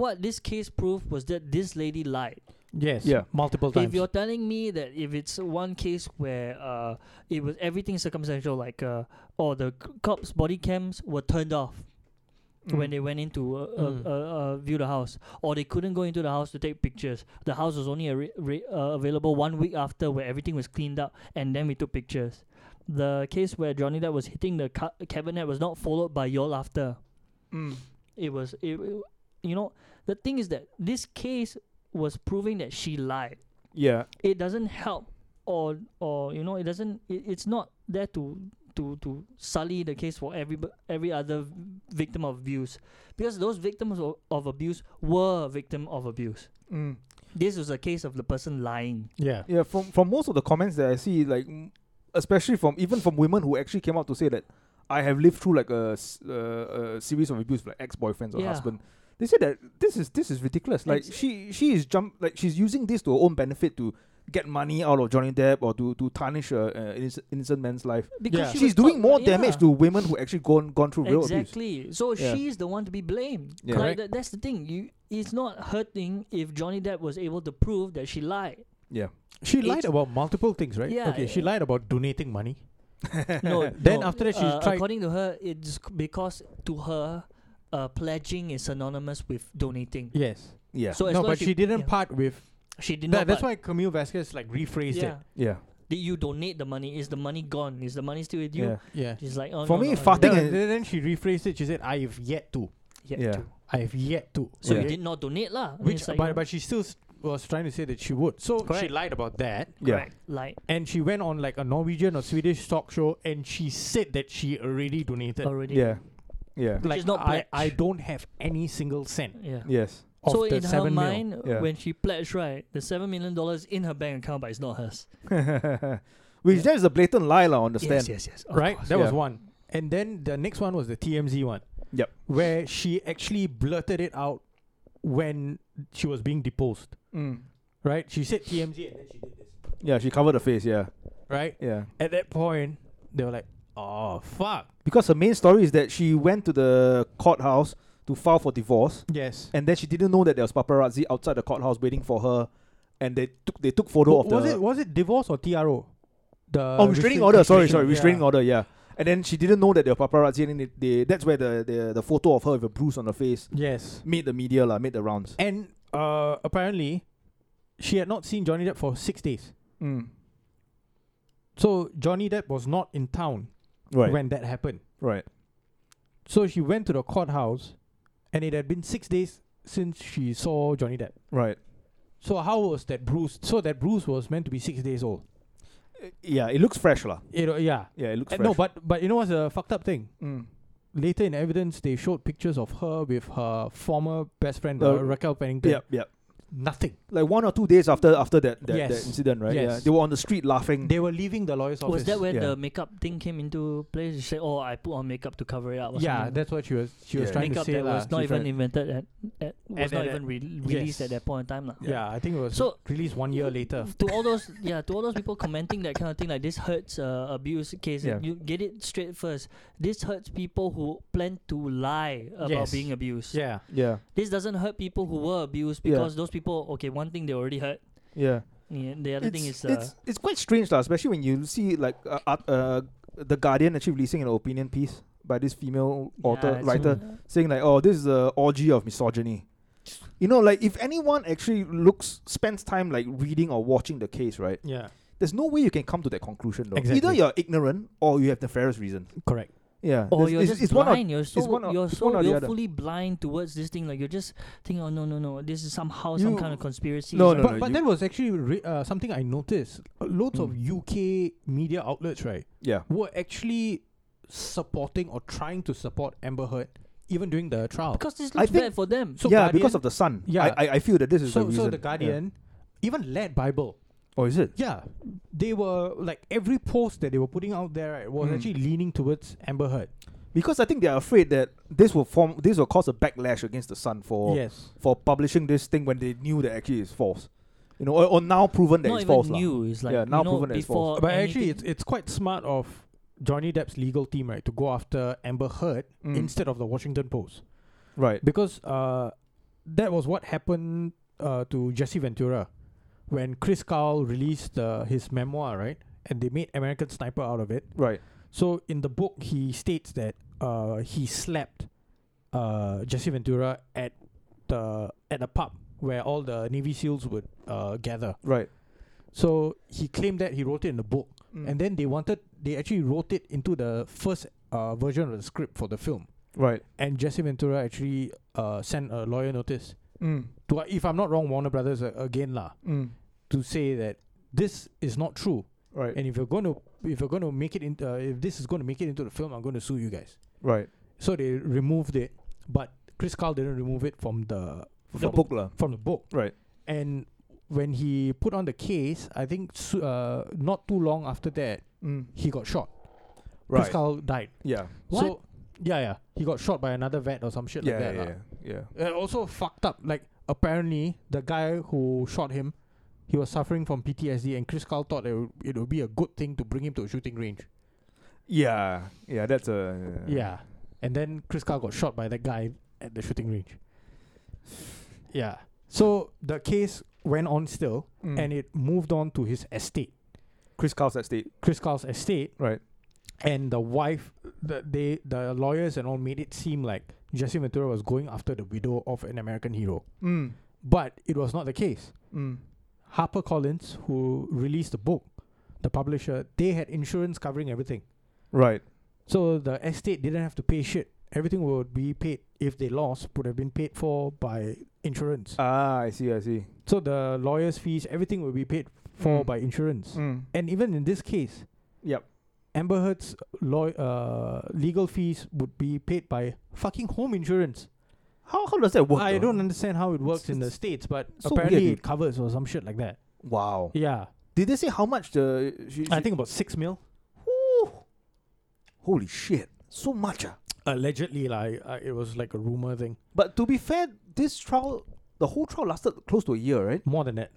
Speaker 2: what this case proved was that this lady lied
Speaker 3: yes
Speaker 1: Yeah.
Speaker 3: multiple times
Speaker 2: if you're telling me that if it's one case where uh, it was everything circumstantial, like uh, or the c- cops' body cams were turned off when
Speaker 1: Mm.
Speaker 2: they went in to uh,
Speaker 3: Mm.
Speaker 2: uh, uh, uh, view the house, or they couldn't go into the house to take pictures. The house was only arra- ra- uh, available one week after, where everything was cleaned up, and then we took pictures. The case where Johnny Depp was hitting the ca- cabinet was not followed by your laughter
Speaker 1: Mm.
Speaker 2: it was it, it- you know the thing is that this case was proving that she lied
Speaker 1: yeah,
Speaker 2: it doesn't help or or you know it doesn't it, it's not there to to to sully the case for every every other victim of abuse because those victims of, of abuse were victim of abuse.
Speaker 1: Mm.
Speaker 2: This was a case of the person lying.
Speaker 3: Yeah.
Speaker 1: Yeah, from from most of the comments that I see, like m- especially from even from women who actually came out to say that I have lived through like a, s- uh, a series of abuse, like ex boyfriends or
Speaker 2: Yeah.
Speaker 1: husband. They say that this is this is ridiculous. Like
Speaker 2: Ex-
Speaker 1: she she is jump like she's using this to her own benefit to get money out of Johnny Depp or to to tarnish a uh, innocent, innocent man's life.
Speaker 2: Because
Speaker 3: Yeah.
Speaker 2: she
Speaker 1: she's
Speaker 2: was taught-
Speaker 1: doing more
Speaker 2: yeah.
Speaker 1: damage to women who actually gone gone through real abuse.
Speaker 2: exactly. So
Speaker 1: Yeah.
Speaker 2: she's the one to be blamed.
Speaker 1: Yeah.
Speaker 2: Like
Speaker 3: Correct.
Speaker 2: that, that's the thing. You it's not hurting if Johnny Depp was able to prove that she lied.
Speaker 1: Yeah.
Speaker 3: She
Speaker 2: It's-
Speaker 3: lied about multiple things, right?
Speaker 2: Yeah,
Speaker 3: Okay, she
Speaker 2: yeah.
Speaker 3: lied about donating money. <laughs>
Speaker 2: No.
Speaker 3: Then
Speaker 2: no.
Speaker 3: after that, she
Speaker 2: Uh,
Speaker 3: tried.
Speaker 2: according to her, it's c- because to her, uh, pledging is synonymous with donating.
Speaker 3: yes.
Speaker 1: Yeah.
Speaker 2: So as
Speaker 3: no,
Speaker 2: long
Speaker 3: but
Speaker 2: as
Speaker 3: she,
Speaker 2: you-
Speaker 3: didn't
Speaker 2: yeah.
Speaker 3: part with.
Speaker 2: She did
Speaker 3: that,
Speaker 2: not.
Speaker 3: that's
Speaker 2: but-
Speaker 3: why Camille Vasquez like rephrased
Speaker 2: yeah.
Speaker 3: it.
Speaker 1: yeah.
Speaker 2: Did you donate the money? Is the money gone? Is the money still with you?
Speaker 1: yeah.
Speaker 3: Yeah.
Speaker 2: She's like, oh,
Speaker 1: For
Speaker 2: no,
Speaker 1: me,
Speaker 2: no,
Speaker 1: farting
Speaker 2: you
Speaker 1: is-
Speaker 3: Then, then she rephrased it. She said, "I have yet to.
Speaker 2: yet
Speaker 1: Yeah.
Speaker 2: to."
Speaker 3: I have yet to."
Speaker 2: So
Speaker 1: Yeah.
Speaker 2: you did not donate, lah. I mean,
Speaker 3: Which,
Speaker 2: it's like,
Speaker 3: but,
Speaker 2: you know,
Speaker 3: but she still s- was trying to say that she would. So she
Speaker 2: Correct.
Speaker 3: lied about that.
Speaker 1: Yeah.
Speaker 2: correct, like
Speaker 3: And she went on like a Norwegian or Swedish talk show and she said that she already donated.
Speaker 2: already.
Speaker 1: Yeah. Yeah.
Speaker 3: like,
Speaker 2: is not
Speaker 3: I, I
Speaker 2: pledged.
Speaker 3: don't have any single cent
Speaker 2: Yeah.
Speaker 1: Yes.
Speaker 3: of
Speaker 2: so
Speaker 3: the
Speaker 2: in her
Speaker 3: seven mil.
Speaker 2: mind,
Speaker 1: Yeah.
Speaker 2: when she pledged, right, the seven million dollars in her bank account, but it's not hers.
Speaker 1: <laughs> Which that is a blatant lie, lah, on the stand.
Speaker 2: Yes, yes, yes. of
Speaker 3: right?
Speaker 2: course.
Speaker 3: That was
Speaker 1: Yeah.
Speaker 3: one. And then the next one was the TMZ one.
Speaker 1: Yep.
Speaker 3: Where she actually blurted it out when she was being deposed.
Speaker 1: Mm.
Speaker 3: Right? She said TMZ and then she did this.
Speaker 1: Yeah, she covered her face. Yeah,
Speaker 3: Right?
Speaker 1: yeah.
Speaker 3: At that point, they were like, oh, fuck.
Speaker 1: Because her main story is that she went to the courthouse to file for divorce,
Speaker 3: Yes.
Speaker 1: and then she didn't know that there was paparazzi outside the courthouse waiting for her, and they took they took photo of
Speaker 3: was
Speaker 1: the
Speaker 3: it uh, was it divorce or TRO? The
Speaker 1: oh restraining order. Sorry, sorry, restraining
Speaker 3: order.
Speaker 1: order. Yeah, and then she didn't know that there were paparazzi, and then they, they that's where the, the the photo of her with a bruise on her face
Speaker 3: Yes.
Speaker 1: made the media lah, made the rounds.
Speaker 3: And uh, apparently, she had not seen Johnny Depp for six days.
Speaker 1: Mm.
Speaker 3: So Johnny Depp was not in town
Speaker 1: Right,
Speaker 3: when that happened.
Speaker 1: right.
Speaker 3: So she went to the courthouse, and it had been six days since she saw Johnny Depp.
Speaker 1: Right.
Speaker 3: So how was that bruise? So that bruise was meant to be six days old.
Speaker 1: Uh, Yeah, it looks fresh lah.
Speaker 3: You know, yeah.
Speaker 1: Yeah, it looks
Speaker 3: And
Speaker 1: fresh.
Speaker 3: no, but but you know what's a fucked up thing?
Speaker 1: Mm.
Speaker 3: Later in evidence, they showed pictures of her with her former best friend uh,
Speaker 1: Uh,
Speaker 3: Raquel Pennington.
Speaker 1: Yep, yep.
Speaker 3: Nothing.
Speaker 1: Like one or two days after after that that,
Speaker 3: Yes.
Speaker 1: that incident, right? Yeah,
Speaker 3: Yes.
Speaker 1: they were on the street laughing.
Speaker 3: They were leaving the lawyer's office.
Speaker 2: Was that when
Speaker 1: yeah.
Speaker 2: the makeup thing came into play? She said, "Oh, I put on makeup to cover it up." Or
Speaker 3: yeah,
Speaker 2: something.
Speaker 3: that's what she was. She was
Speaker 1: Yeah.
Speaker 3: trying
Speaker 2: makeup
Speaker 3: to say
Speaker 2: that
Speaker 3: lah.
Speaker 2: was not
Speaker 1: She
Speaker 2: even
Speaker 1: tried-
Speaker 2: invented at, at was
Speaker 3: At-
Speaker 2: not
Speaker 3: at-
Speaker 2: even re- released
Speaker 3: yes.
Speaker 2: at that point in time, lah.
Speaker 3: Yeah. I think it was
Speaker 2: So-
Speaker 3: released one year later.
Speaker 2: to all those yeah to all those people commenting that kind of thing like this hurts uh, abuse cases
Speaker 1: Yeah.
Speaker 2: you get it straight first this hurts people who plan to lie about
Speaker 3: Yes.
Speaker 2: being abused
Speaker 3: Yeah.
Speaker 1: Yeah,
Speaker 2: this doesn't hurt people who were abused
Speaker 1: Yeah.
Speaker 2: because those people okay one thing they already hurt
Speaker 1: yeah.
Speaker 2: yeah, the other thing is uh,
Speaker 1: it's, it's quite strange, lah. Especially when you see like uh, art- uh, the Guardian actually releasing an opinion piece by this female
Speaker 2: yeah,
Speaker 1: author
Speaker 2: it's-
Speaker 1: writer saying like, "Oh, this is a orgy of misogyny." You know, like if anyone actually looks spends time like reading or watching the case, right?
Speaker 3: Yeah.
Speaker 1: There's no way you can come to that conclusion though. Either
Speaker 3: Exactly.
Speaker 1: you're ignorant or you have nefarious reasons.
Speaker 3: Correct.
Speaker 1: Yeah.
Speaker 2: or Oh,
Speaker 1: there's-
Speaker 2: you're
Speaker 1: it's,
Speaker 2: just
Speaker 1: it's
Speaker 2: blind.
Speaker 1: One or,
Speaker 2: you're so
Speaker 1: one or-
Speaker 2: you're
Speaker 1: it's
Speaker 2: so
Speaker 1: one or the other.
Speaker 2: willfully blind towards this thing. Like you're just thinking, oh no no no, this is somehow
Speaker 1: You-
Speaker 2: some kind of conspiracy.
Speaker 1: No,
Speaker 2: some-
Speaker 1: no,
Speaker 3: but but
Speaker 1: no, you- Hmm.
Speaker 3: that was actually re- uh, something I noticed. Uh, Loads of UK media outlets, right,
Speaker 1: yeah.
Speaker 3: were actually supporting or trying to support Amber Heard even during the trial.
Speaker 2: because this
Speaker 1: I
Speaker 2: looks
Speaker 1: think-
Speaker 2: bad for them.
Speaker 3: so
Speaker 1: yeah,
Speaker 3: Guardian-
Speaker 1: because of the sun.
Speaker 3: Yeah.
Speaker 1: I, I, I feel that this is the
Speaker 3: so
Speaker 1: reason.
Speaker 3: so the
Speaker 1: Yeah.
Speaker 3: Guardian, even led Bible,
Speaker 1: Oh, is it?
Speaker 3: yeah, they were like every post that they were putting out there right, was
Speaker 1: Mm.
Speaker 3: actually leaning towards Amber Heard.
Speaker 1: Because I think they are afraid that this will form this will cause a backlash against the Sun for
Speaker 3: Yes.
Speaker 1: for publishing this thing when they knew that actually it's false. You know, or, or now proven that
Speaker 2: not
Speaker 1: it's
Speaker 2: even
Speaker 1: false. lah.
Speaker 2: new. It's like
Speaker 1: Yeah, now
Speaker 2: you know,
Speaker 1: proven that it's false.
Speaker 2: before
Speaker 3: But actually,
Speaker 2: anything-
Speaker 3: it's it's quite smart of Johnny Depp's legal team, right, to go after Amber Heard
Speaker 1: Mm.
Speaker 3: instead of the Washington Post
Speaker 1: Right.
Speaker 3: because uh, that was what happened uh, to Jesse Ventura when Chris Kyle released uh, his memoir, right, and they made American Sniper out of it.
Speaker 1: Right.
Speaker 3: So in the book, he states that uh, he slapped uh, Jesse Ventura at the at a pub where all the Navy SEALs would uh, gather.
Speaker 1: Right.
Speaker 3: So he claimed that he wrote it in the book
Speaker 1: Mm.
Speaker 3: and then they wanted they actually wrote it into the first uh, version of the script for the film
Speaker 1: right.
Speaker 3: and jesse ventura actually uh, sent a lawyer notice
Speaker 1: Mm.
Speaker 3: to uh, if i'm not wrong warner brothers uh, again lah
Speaker 1: Mm.
Speaker 3: to say that this is not true
Speaker 1: Right.
Speaker 3: And if you're going to if you're going to make it in, uh, if this is going to make it into the film, I'm going to sue you guys.
Speaker 1: Right.
Speaker 3: So they removed it, but Chris Carl didn't remove it from the
Speaker 1: From
Speaker 3: the
Speaker 1: the book, lah.
Speaker 3: from the book.
Speaker 1: Right.
Speaker 3: And when he put on the case, I think su- uh, not too long after that,
Speaker 1: Mm.
Speaker 3: he got shot. Chris
Speaker 1: Right.
Speaker 3: Kyle died.
Speaker 1: Yeah.
Speaker 3: So yeah, yeah, he got shot by another vet or some shit
Speaker 1: Yeah.
Speaker 3: like that.
Speaker 1: yeah.
Speaker 3: lah.
Speaker 1: Yeah. yeah.
Speaker 3: And also fucked up. Like apparently the guy who shot him, he was suffering from PTSD, and Chris Kyle thought it would, it would be a good thing to bring him to a shooting range.
Speaker 1: Yeah. Yeah. That's a
Speaker 3: Yeah. And then Chris Kyle got shot by that guy at the shooting range. Yeah. So the case went on still
Speaker 1: Mm.
Speaker 3: and it moved on to his estate,
Speaker 1: Chris Carl's estate.
Speaker 3: Chris Kyle's estate.
Speaker 1: Right.
Speaker 3: And the wife, the, they, the lawyers and all made it seem like Jesse Ventura was going after the widow of an American hero.
Speaker 1: Mm.
Speaker 3: But it was not the case.
Speaker 1: Mm.
Speaker 3: HarperCollins, who released the book, the publisher, they had insurance covering everything.
Speaker 1: Right.
Speaker 3: So the estate didn't have to pay shit. Everything would be paid if they lost, would have been paid for by insurance.
Speaker 1: Ah, I see. I see.
Speaker 3: so the lawyers' fees, everything would be paid for
Speaker 1: Mm.
Speaker 3: by insurance.
Speaker 1: Mm.
Speaker 3: And even in this case,
Speaker 1: Yep.
Speaker 3: Amber Heard's law, uh, legal fees would be paid by fucking home insurance.
Speaker 1: How how does that work?
Speaker 3: I
Speaker 1: though?
Speaker 3: don't understand how it works in the
Speaker 1: it's
Speaker 3: states, but
Speaker 1: so
Speaker 3: apparently
Speaker 1: weird,
Speaker 3: it covers or some shit like that.
Speaker 1: Wow.
Speaker 3: Yeah,
Speaker 1: Did they say how much the? She,
Speaker 3: I
Speaker 1: she-
Speaker 3: think about six mil.
Speaker 1: Woo. Holy shit! So much. ah.
Speaker 3: Allegedly, like uh, it was like a rumor thing.
Speaker 1: But to be fair, this trial, the whole trial lasted close to a year, right?
Speaker 3: More than that.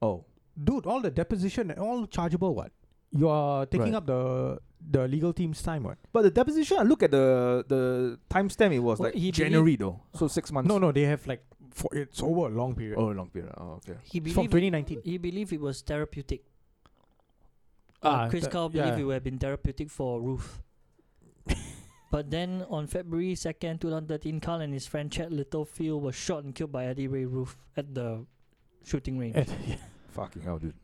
Speaker 1: Oh.
Speaker 3: dude, all the deposition and all chargeable. What you are taking
Speaker 1: Right.
Speaker 3: up the the legal team's time. What?
Speaker 1: But the deposition, I look at the the timestamp. It was
Speaker 2: Well,
Speaker 1: like
Speaker 2: he
Speaker 1: January though, so six months.
Speaker 3: No, no, they have like for it's over a long period.
Speaker 1: Oh, long period. Oh, okay.
Speaker 2: He
Speaker 3: It's from
Speaker 2: believed
Speaker 3: 2019.
Speaker 2: he believed it was therapeutic.
Speaker 3: Ah,
Speaker 2: uh, Chris
Speaker 3: the-
Speaker 2: Kyle believed
Speaker 3: yeah.
Speaker 2: it would have been therapeutic for Ruth.
Speaker 3: <laughs>
Speaker 2: but then on February 2nd, 2013, Carl and his friend Chad Littlefield were shot and killed by Eddie Ray Roof at the shooting range.
Speaker 3: And-
Speaker 1: Fucking hell, dude.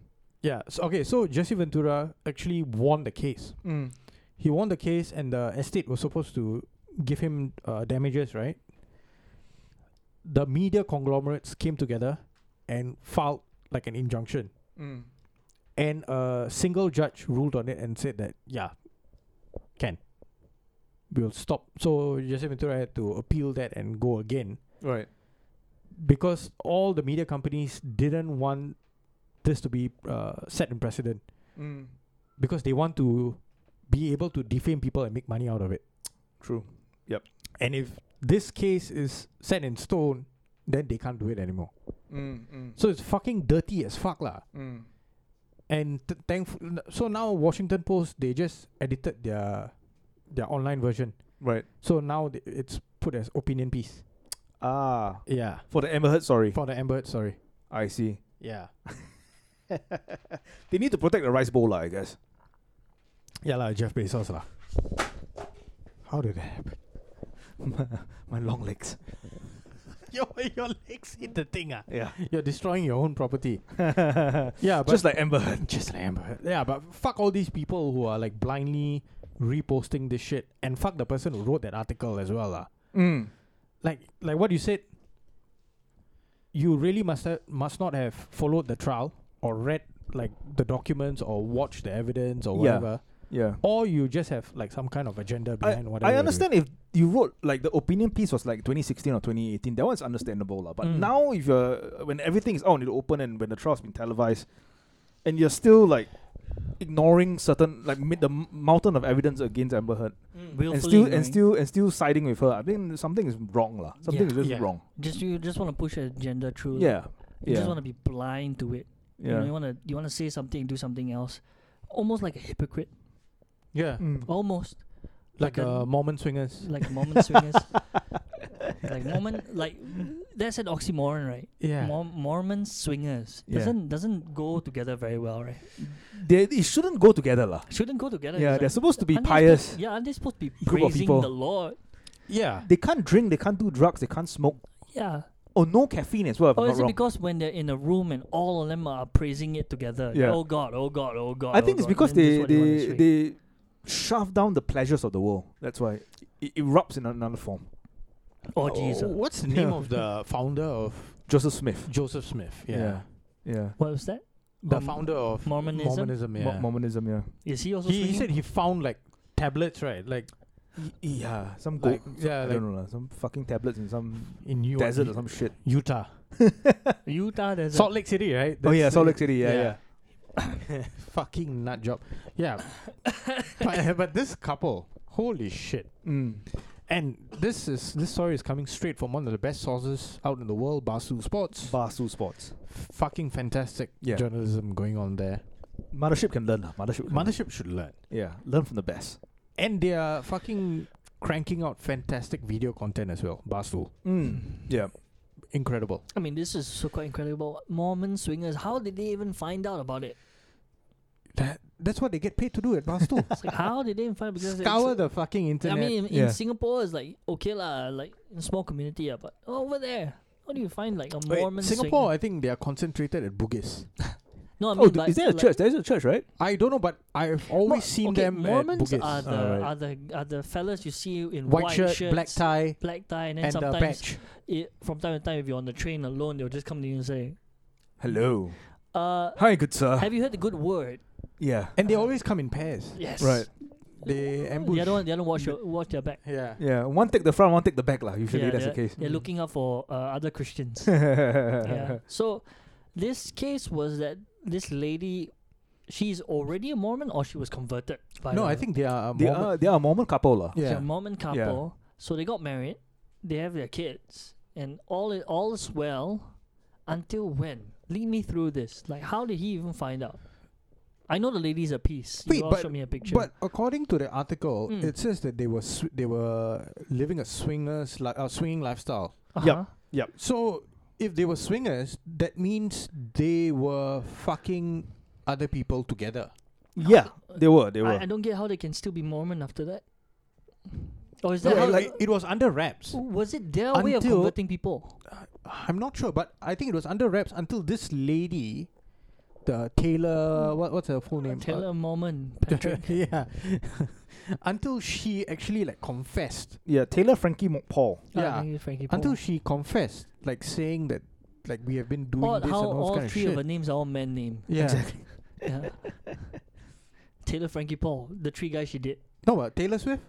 Speaker 3: yeah. So, okay. So Jesse Ventura actually won the case.
Speaker 1: Mm.
Speaker 3: He won the case, and the estate was supposed to give him uh, damages, right? The media conglomerates came together and filed like an injunction,
Speaker 1: Mm.
Speaker 3: and a single judge ruled on it and said that yeah, can. We'll stop. So Jesse Ventura had to appeal that and go again.
Speaker 1: Right.
Speaker 3: because all the media companies didn't want this to be uh, set in precedent
Speaker 1: Mm.
Speaker 3: because they want to be able to defame people and make money out of it.
Speaker 1: True.
Speaker 3: And if this case is set in stone, then they can't do it anymore.
Speaker 1: Mm. Mm.
Speaker 3: So it's fucking dirty as fuck lah.
Speaker 1: Mm.
Speaker 3: And th- thankful, so now Washington Post they just edited their their online version.
Speaker 1: Right.
Speaker 3: So now th- it's put as opinion piece.
Speaker 1: Ah,
Speaker 3: Yeah,
Speaker 1: for the Amber Heard, sorry.
Speaker 3: for the Amber Heard story.
Speaker 1: I see.
Speaker 3: Yeah,
Speaker 1: They need to protect the rice bowl, lah, I guess.
Speaker 3: yeah lah, Jeff Bezos lah. How did that happen?
Speaker 1: <laughs> My long
Speaker 3: <laughs>
Speaker 1: legs.
Speaker 3: your your legs hit the thing ah.
Speaker 1: Yeah.
Speaker 3: You're destroying your own
Speaker 1: <laughs>
Speaker 3: property. Yeah, but
Speaker 1: Just like Amber Heard.
Speaker 3: just like Amber. Heard. Yeah, but fuck all these people who are like blindly reposting this shit, and fuck the person who wrote that article as well lah.
Speaker 1: Mm.
Speaker 3: Like like what you said. You really must have, must not have followed the trial or read like the documents or watched the evidence or
Speaker 1: Yeah.
Speaker 3: whatever,
Speaker 1: Yeah.
Speaker 3: or you just have like some kind of agenda
Speaker 1: I,
Speaker 3: behind whatever.
Speaker 1: I
Speaker 3: you're
Speaker 1: understand if you wrote like the opinion piece was like 2016 or 2018. That one's understandable, lah. But
Speaker 3: Mm.
Speaker 1: now, if you're when everything is out in the open and when the trial's been televised, and you're still like ignoring certain like mi- the m- mountain of evidence against Amber Heard and
Speaker 2: Willfully
Speaker 1: still
Speaker 2: ignoring.
Speaker 1: and still and still siding with her, I think something is wrong, lah. Something
Speaker 2: Yeah.
Speaker 1: is just
Speaker 3: Yeah.
Speaker 1: wrong.
Speaker 2: just you just want to push an agenda through.
Speaker 1: Yeah.
Speaker 2: You
Speaker 1: Yeah.
Speaker 2: just want to be blind to it. You know,
Speaker 1: Yeah.
Speaker 2: you want to you want to say something and do something else. Almost like a hypocrite.
Speaker 3: doing. Yeah,
Speaker 1: Mm.
Speaker 2: Almost
Speaker 3: like,
Speaker 2: like a-
Speaker 3: uh, Mormon swingers.
Speaker 2: like Mormon swingers.
Speaker 1: <laughs>
Speaker 2: like Mormon like that's an oxymoron, right?
Speaker 3: Yeah.
Speaker 2: Mor- Mormon swingers
Speaker 1: Yeah.
Speaker 2: doesn't doesn't go together very well, right?
Speaker 1: They, it shouldn't go together, lah.
Speaker 2: Shouldn't go together.
Speaker 1: Yeah,
Speaker 2: it's
Speaker 1: they're
Speaker 2: like-
Speaker 1: supposed to be
Speaker 2: aren't they supposed-
Speaker 1: pious.
Speaker 2: yeah, aren't they supposed to be
Speaker 1: of
Speaker 2: praising
Speaker 1: people.
Speaker 2: the Lord?
Speaker 3: yeah.
Speaker 1: They can't drink, they can't do drugs, they can't smoke.
Speaker 2: Yeah.
Speaker 1: Oh, no caffeine as well. If
Speaker 2: Or
Speaker 1: I'm
Speaker 2: is it
Speaker 1: not wrong.
Speaker 2: because when they're in a room and all of them are praising it together?
Speaker 1: Yeah.
Speaker 2: Oh God, oh God, oh God.
Speaker 1: I
Speaker 2: oh
Speaker 1: think it's
Speaker 2: God,"
Speaker 1: because
Speaker 2: then this
Speaker 1: they
Speaker 2: what want
Speaker 1: they
Speaker 2: this week.
Speaker 1: they shove down the pleasures of the world. That's why it erupts in another form.
Speaker 2: Oh Jesus.
Speaker 3: What's the
Speaker 1: <laughs>
Speaker 3: name of the founder of
Speaker 1: Joseph Smith.
Speaker 3: Joseph Smith? Yeah.
Speaker 1: Yeah.
Speaker 2: What was that?
Speaker 3: the
Speaker 2: Um,
Speaker 3: founder of
Speaker 2: Mormonism?
Speaker 3: Mormonism yeah.
Speaker 1: Mo- Mormonism, yeah.
Speaker 2: Is he also?
Speaker 3: he, he
Speaker 2: swinging?
Speaker 3: said he found like tablets, right? Like yeah,
Speaker 1: Some gold.
Speaker 3: like yeah,
Speaker 1: I
Speaker 3: like
Speaker 1: don't know, lah, some fucking tablets in some
Speaker 3: in New
Speaker 1: desert or
Speaker 3: York,
Speaker 1: some shit.
Speaker 3: Utah,
Speaker 2: Utah does
Speaker 3: Salt Lake City, right?
Speaker 1: oh yeah,
Speaker 3: That's-
Speaker 1: Salt Lake City. Yeah, <laughs> yeah.
Speaker 3: <laughs> Fucking nut job. Yeah. but, <laughs> but this couple, holy shit.
Speaker 1: Mm.
Speaker 3: And this is this story is coming straight from one of the best sources out in the world, Basu Sports.
Speaker 1: Basu Sports.
Speaker 3: Fucking fantastic
Speaker 1: Yeah.
Speaker 3: journalism going on there.
Speaker 1: Mothership can learn. lah, Mothership. can learn.
Speaker 3: Mothership should learn.
Speaker 1: Yeah, learn from the best.
Speaker 3: And they are fucking cranking out fantastic video content as well. Basu.
Speaker 1: Mm. Yeah.
Speaker 3: Incredible.
Speaker 2: I mean, this is so quite incredible. Mormon swingers. How did they even find out about it?
Speaker 3: That that's what they get paid to do at
Speaker 1: <laughs>
Speaker 3: Basu.
Speaker 2: It's like, how did they even find? Because it's-
Speaker 3: Scour the fucking
Speaker 2: I
Speaker 3: internet.
Speaker 2: mean, in, in
Speaker 1: yeah.
Speaker 2: Singapore, it's like okay lah, like in small community, yeah, but over there, how do you find like a
Speaker 3: Wait,
Speaker 2: Mormon?
Speaker 3: Singapore,
Speaker 2: Swinger?
Speaker 3: I think they are concentrated at Bugis.
Speaker 2: No, I mean,
Speaker 1: Oh,
Speaker 2: but,
Speaker 1: is there a
Speaker 2: like,
Speaker 1: church? There is a church, right?
Speaker 3: I don't know, but I've always
Speaker 2: Mo-
Speaker 3: seen
Speaker 2: okay,
Speaker 3: them
Speaker 2: Mormons
Speaker 3: at Bugis. Uh,
Speaker 2: are the
Speaker 1: Alright.
Speaker 2: are the are the fellas you see in
Speaker 3: white, shirt,
Speaker 2: shirts,
Speaker 3: black tie,
Speaker 2: black tie, and then
Speaker 3: and a
Speaker 2: sometimes
Speaker 3: badge.
Speaker 2: it, from time to time, if you're on the train alone, they'll just come to you and say,
Speaker 1: Hello.
Speaker 2: "Uh,
Speaker 1: Hi, good sir.
Speaker 2: have you heard the good word?"
Speaker 1: Yeah.
Speaker 3: And they always come in pairs.
Speaker 2: Yes.
Speaker 1: Right.
Speaker 3: They ambush.
Speaker 2: The other one, the other one, watch your, watch their back.
Speaker 3: Yeah.
Speaker 1: Yeah. One take the front, one take the back, lah. Usually
Speaker 2: yeah,
Speaker 1: that's the
Speaker 2: they're,
Speaker 1: case. <laughs>
Speaker 3: Mm.
Speaker 2: They're looking out for uh, other Christians.
Speaker 3: <laughs>
Speaker 2: yeah. So this case was that this lady, she's already a Mormon or she was converted by
Speaker 3: No,
Speaker 2: a,
Speaker 3: I think they are. A
Speaker 1: They
Speaker 3: Mormon-
Speaker 1: are they are a Mormon couple, lah.
Speaker 2: she's a
Speaker 3: Yeah.
Speaker 2: Mormon couple. So they got married, they have their kids, and all i- all is well until when? Lead me through this. Like how did he even find out? I know the lady's a piece.
Speaker 3: Wait,
Speaker 2: you all
Speaker 3: but-
Speaker 2: showed me a picture.
Speaker 3: But according to the article,
Speaker 2: Mm.
Speaker 3: it says that they were sw- they were living a swingers li- uh, swinging lifestyle.
Speaker 2: uh
Speaker 1: Yup.
Speaker 3: So if they were swingers, that means they were fucking other people together.
Speaker 1: Yeah. They were. They
Speaker 2: I, I
Speaker 1: were.
Speaker 2: don't get how they can still be Mormon after that. Or is
Speaker 3: No,
Speaker 2: that how,
Speaker 3: like it was under wraps.
Speaker 2: was it their way of
Speaker 3: Until-
Speaker 2: converting people?
Speaker 3: I'm not sure, but I think it was under wraps until this lady, the Taylor. What, what's her full name? Uh,
Speaker 2: Taylor Mormon Patrick.
Speaker 3: <laughs> yeah. until she actually like confessed.
Speaker 1: Yeah. Taylor Frankie Mo- Paul.
Speaker 2: Ah,
Speaker 3: Yeah.
Speaker 2: thank you, Frankie
Speaker 3: Until
Speaker 2: Paul.
Speaker 3: she confessed, like saying that like we have been doing
Speaker 2: all,
Speaker 3: this
Speaker 2: how
Speaker 3: and all this
Speaker 2: all
Speaker 3: kind of
Speaker 2: three
Speaker 3: shit.
Speaker 2: of her names are all men name.
Speaker 3: yeah. <laughs>
Speaker 2: Yeah. Taylor Frankie Paul, the three guys she did.
Speaker 3: No, but Taylor Swift?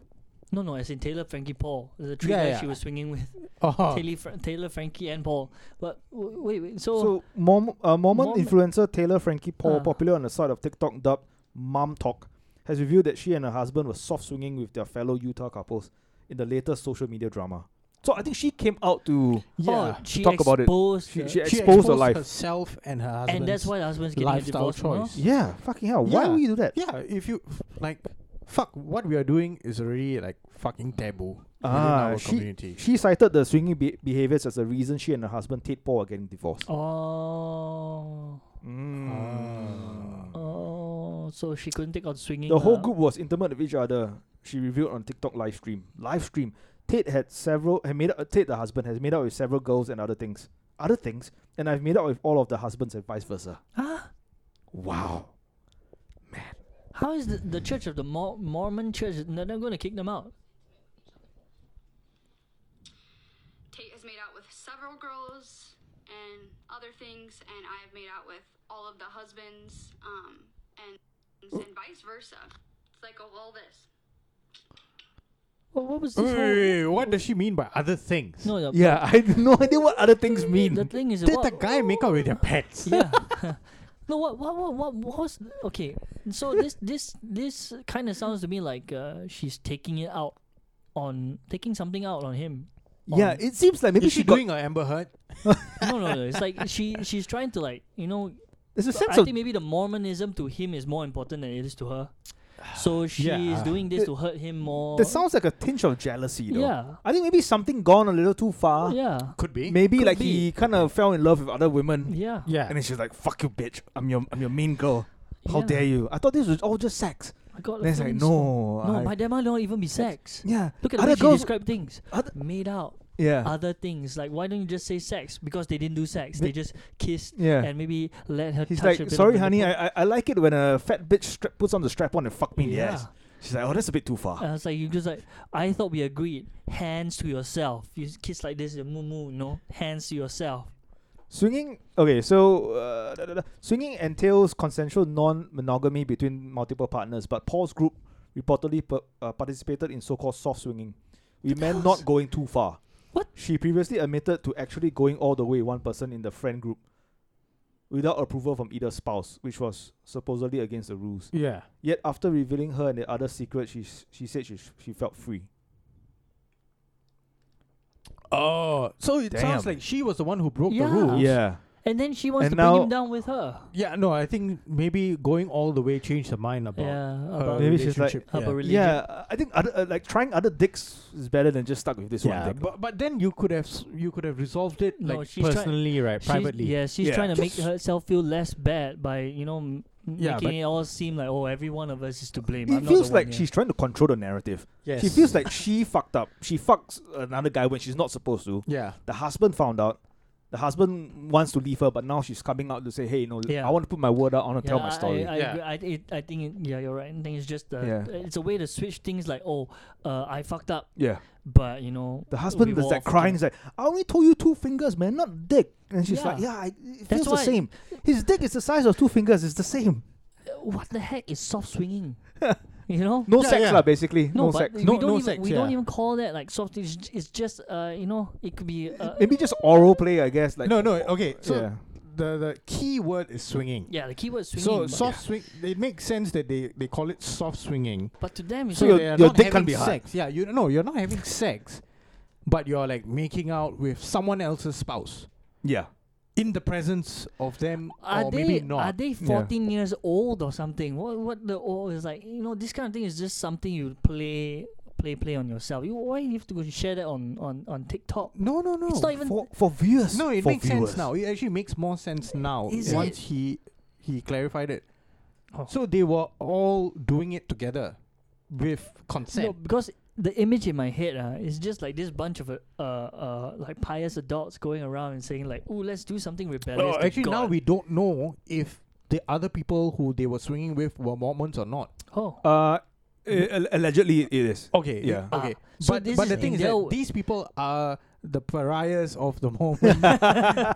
Speaker 2: No, no, I said Taylor Frankie Paul, the three
Speaker 3: Yeah,
Speaker 2: guys
Speaker 3: yeah.
Speaker 2: she was swinging with.
Speaker 3: Oh.
Speaker 2: Taylor, Fra- Taylor Frankie and Paul. But w- wait, wait. So,
Speaker 1: So Mormon, uh, Mormon,
Speaker 2: Mormon-
Speaker 1: influencer Taylor Frankie Paul,
Speaker 2: Ah.
Speaker 1: popular on the side of TikTok dubbed Mom Talk, has revealed that she and her husband were soft swinging with their fellow Utah couples in the latest social media drama. So I think she came out to
Speaker 3: yeah.
Speaker 2: oh, she
Speaker 1: talk about it.
Speaker 2: exposed
Speaker 1: she,
Speaker 2: the-
Speaker 1: she
Speaker 3: She
Speaker 1: exposed her life.
Speaker 3: herself and her husband.
Speaker 2: and that's why the husband's getting a
Speaker 3: lifestyle
Speaker 2: divorce. from her.
Speaker 3: choice.
Speaker 1: Yeah, fucking hell. Why
Speaker 3: Yeah.
Speaker 1: would you do that?
Speaker 3: Yeah, if you like fuck what we are doing is already like fucking taboo
Speaker 1: Ah,
Speaker 3: within our
Speaker 1: she-
Speaker 3: community.
Speaker 1: She cited the swinging be- behaviors as a reason she and her husband Tate Paul are getting divorced.
Speaker 2: Oh,
Speaker 1: Mm.
Speaker 2: oh. So she couldn't take out swinging.
Speaker 1: The whole
Speaker 2: uh,
Speaker 1: group was intimate with each other. She revealed on TikTok live stream. Live stream. Tate had several. Had made out, Tate, the husband, has made out with several girls and other things. Other things, and I've made out with all of the husbands and vice versa.
Speaker 2: Ah,
Speaker 1: Wow.
Speaker 2: how is the, the Church of the Mor- Mormon Church? They're not going to kick them out.
Speaker 4: Tate has made out with several girls and other things, and I have made out with all of the husbands, um, and and vice versa. It's like of all this.
Speaker 2: Well, what was
Speaker 3: Wait,
Speaker 2: this
Speaker 3: wait,
Speaker 2: whole?
Speaker 3: wait, wait, what does she mean by other things?
Speaker 2: No, the,
Speaker 1: Yeah, I have no idea what other things mean.
Speaker 2: the thing is
Speaker 3: Did
Speaker 2: what,
Speaker 3: the guy make out with their pets?
Speaker 2: yeah. <laughs> no, what, what, what, what was okay? So this, this, this kind of sounds to me like uh, she's taking it out on taking something out on him.
Speaker 1: yeah,
Speaker 2: on-
Speaker 1: it seems like maybe
Speaker 3: Is
Speaker 1: she,
Speaker 3: she
Speaker 1: got.
Speaker 3: doing a Amber Heard?
Speaker 2: no, no, no.
Speaker 1: <laughs>
Speaker 2: It's like she, she's trying to like you know.
Speaker 1: There's a
Speaker 2: I
Speaker 1: sense of.
Speaker 2: think maybe the Mormonism to him is more important than it is to her.
Speaker 1: <sighs>
Speaker 2: So she's
Speaker 3: Yeah.
Speaker 2: doing this
Speaker 1: Th-
Speaker 2: to hurt him more.
Speaker 1: There sounds like a tinge of jealousy, though.
Speaker 2: yeah, Oh,
Speaker 1: I think maybe something gone a little too far.
Speaker 2: yeah,
Speaker 3: Could be.
Speaker 1: Maybe
Speaker 2: Could
Speaker 1: like
Speaker 2: be.
Speaker 1: he kind of fell in love with other women,
Speaker 2: yeah.
Speaker 3: Yeah.
Speaker 1: and then she's like, "Fuck you, bitch! I'm your I'm your mean girl. How
Speaker 2: yeah.
Speaker 1: dare you? I thought this was all just sex."
Speaker 2: I got a
Speaker 1: And it's like,
Speaker 2: feeling
Speaker 1: "No,
Speaker 2: so- No,
Speaker 1: I-
Speaker 2: but that might not even be sex.
Speaker 1: yeah,
Speaker 2: Look at the
Speaker 1: Other
Speaker 2: way she
Speaker 1: girls-
Speaker 2: describe things.
Speaker 1: other-
Speaker 2: Made out.
Speaker 1: yeah,
Speaker 2: <laughs> other things. Like, why don't you just say sex? Because they didn't do sex.
Speaker 1: They-
Speaker 2: They just kissed
Speaker 1: yeah."
Speaker 2: and maybe let her
Speaker 1: He's
Speaker 2: touch a
Speaker 1: like,
Speaker 2: bit
Speaker 1: "Sorry,
Speaker 2: of the
Speaker 1: honey,
Speaker 2: nipple."
Speaker 1: I, I I like it when a fat bitch stra- puts on the strap on and fuck me in the
Speaker 2: Yeah.
Speaker 1: ass." She's like, "Oh, that's a bit too
Speaker 2: And I
Speaker 1: far."
Speaker 2: was like, you just like, I thought we agreed. Hands to yourself. You s- kiss like this, moo moo, no? Hands to yourself.
Speaker 1: Swinging. Okay, so uh, da, da, da. swinging entails consensual non-monogamy between multiple partners. But Paul's group reportedly per, uh, participated in so-called soft swinging. We meant not going too far.
Speaker 2: What?
Speaker 1: She previously admitted to actually going all the way one person in the friend group without approval from either spouse, which was supposedly against the rules.
Speaker 3: Yeah.
Speaker 1: Yet after revealing her and the other secret, she s- she said she sh- she felt free.
Speaker 3: Oh, so it sounds
Speaker 1: Damn.
Speaker 3: like she was the one who broke
Speaker 2: Yeah.
Speaker 3: the rules.
Speaker 1: Oh. Yeah.
Speaker 2: And then she wants
Speaker 1: And
Speaker 2: to bring
Speaker 1: now-
Speaker 2: him down with her.
Speaker 3: Yeah. No, I think maybe going all the way changed her mind about.
Speaker 2: yeah.
Speaker 3: her
Speaker 2: About
Speaker 1: Oh. Maybe she's like-
Speaker 3: relationship.
Speaker 2: about
Speaker 3: yeah.
Speaker 2: religion.
Speaker 1: Yeah, uh, I think other uh, like trying other dicks is better than just stuck with this
Speaker 3: Yeah,
Speaker 1: one dick.
Speaker 3: but but then you could have s- you could have resolved it
Speaker 2: No,
Speaker 3: like
Speaker 2: she's try-
Speaker 3: personally, right?
Speaker 2: She's-
Speaker 3: Privately.
Speaker 2: yeah, she's
Speaker 1: Yeah.
Speaker 2: trying to make
Speaker 1: Just-
Speaker 2: herself feel less bad by you know m-
Speaker 3: Yeah, but-
Speaker 2: making it all seem like oh every one of us is to blame. I'm
Speaker 1: it
Speaker 2: not
Speaker 1: feels
Speaker 2: the
Speaker 1: like
Speaker 2: one,
Speaker 1: she's trying to control the narrative.
Speaker 3: Yes.
Speaker 1: She feels like she <laughs> fucked up. She fucks another guy when she's not supposed to.
Speaker 3: Yeah.
Speaker 1: The husband found out. The husband wants to leave her, but now she's coming out to say, "Hey, no,
Speaker 2: Yeah.
Speaker 1: I want to put my word out. I want to
Speaker 2: yeah,
Speaker 1: tell my
Speaker 2: I-
Speaker 1: story."
Speaker 2: I, I,
Speaker 3: Yeah.
Speaker 2: agree. I, it, I think it, yeah, you're right. I think it's just uh,
Speaker 1: Yeah.
Speaker 2: it's a way to switch things like oh uh, I fucked up,
Speaker 1: yeah,
Speaker 2: but you know
Speaker 1: the husband
Speaker 2: we've
Speaker 1: is
Speaker 2: all
Speaker 1: like
Speaker 2: fucked
Speaker 1: crying.
Speaker 2: up.
Speaker 1: He's like, "I only told you two fingers, man, not dick." And she's like,
Speaker 2: Yeah.
Speaker 1: "Yeah, I, it
Speaker 2: That's
Speaker 1: feels the
Speaker 2: why-
Speaker 1: same. His dick is the size of two fingers. It's the same.
Speaker 2: Uh, <laughs> What the heck is soft
Speaker 1: <laughs>
Speaker 2: swinging? you know.
Speaker 1: No
Speaker 3: Yeah,
Speaker 1: sex,
Speaker 3: yeah.
Speaker 1: lah. Basically,
Speaker 2: No,
Speaker 1: no,
Speaker 2: but
Speaker 1: sex.
Speaker 2: we
Speaker 3: No-
Speaker 2: don't
Speaker 3: no
Speaker 2: even
Speaker 3: sex,
Speaker 2: we don't
Speaker 3: yeah.
Speaker 2: even call that like soft. It's, j- it's just uh you know it could be uh,
Speaker 1: Maybe just oral play, I guess. Like
Speaker 3: no, no. Okay. So
Speaker 1: yeah.
Speaker 3: the the key word is swinging.
Speaker 2: yeah the keyword is swinging.
Speaker 3: So
Speaker 2: but,
Speaker 3: soft swing. It makes sense that they they call it soft swinging.
Speaker 2: but to them it's
Speaker 1: So
Speaker 2: like,
Speaker 1: your-
Speaker 3: they are
Speaker 1: your
Speaker 3: not
Speaker 1: dick can't
Speaker 3: having
Speaker 1: be hard.
Speaker 3: sex. Yeah. You no. You're not having sex, but you're like making out with someone else's spouse
Speaker 1: yeah.
Speaker 3: in the presence of them,
Speaker 2: are
Speaker 3: or
Speaker 2: they
Speaker 3: Oh, maybe
Speaker 2: are
Speaker 3: not.
Speaker 2: they 14 years old or something what what the old is like you know this kind of thing is just something you play play play on yourself you why you have to go and share that on on on tiktok
Speaker 3: no, no, no.
Speaker 2: It's not even-
Speaker 1: for for viewers.
Speaker 3: No, it
Speaker 1: for
Speaker 3: makes
Speaker 1: viewers.
Speaker 3: sense now. It actually makes more sense now
Speaker 2: Is
Speaker 3: once he he clarified it.
Speaker 2: Oh.
Speaker 3: So they were all doing it together with consent.
Speaker 2: no because the image in my head uh, is just like this bunch of uh, uh, uh like pious adults going around and saying like oh let's do something rebellious
Speaker 3: Well,
Speaker 2: to
Speaker 1: Oh
Speaker 3: actually, now
Speaker 2: God."
Speaker 3: we don't know if the other people who they were swinging with were Mormons or not.
Speaker 2: oh
Speaker 1: Uh, a- a- allegedly it is.
Speaker 3: Okay.
Speaker 1: Yeah.
Speaker 2: Ah,
Speaker 3: Okay.
Speaker 2: so
Speaker 3: but
Speaker 2: this
Speaker 3: but
Speaker 2: is
Speaker 3: the
Speaker 2: the
Speaker 3: thing is
Speaker 2: thing.
Speaker 3: that
Speaker 2: They'll-
Speaker 3: these people are the pariahs of the <laughs> Mormon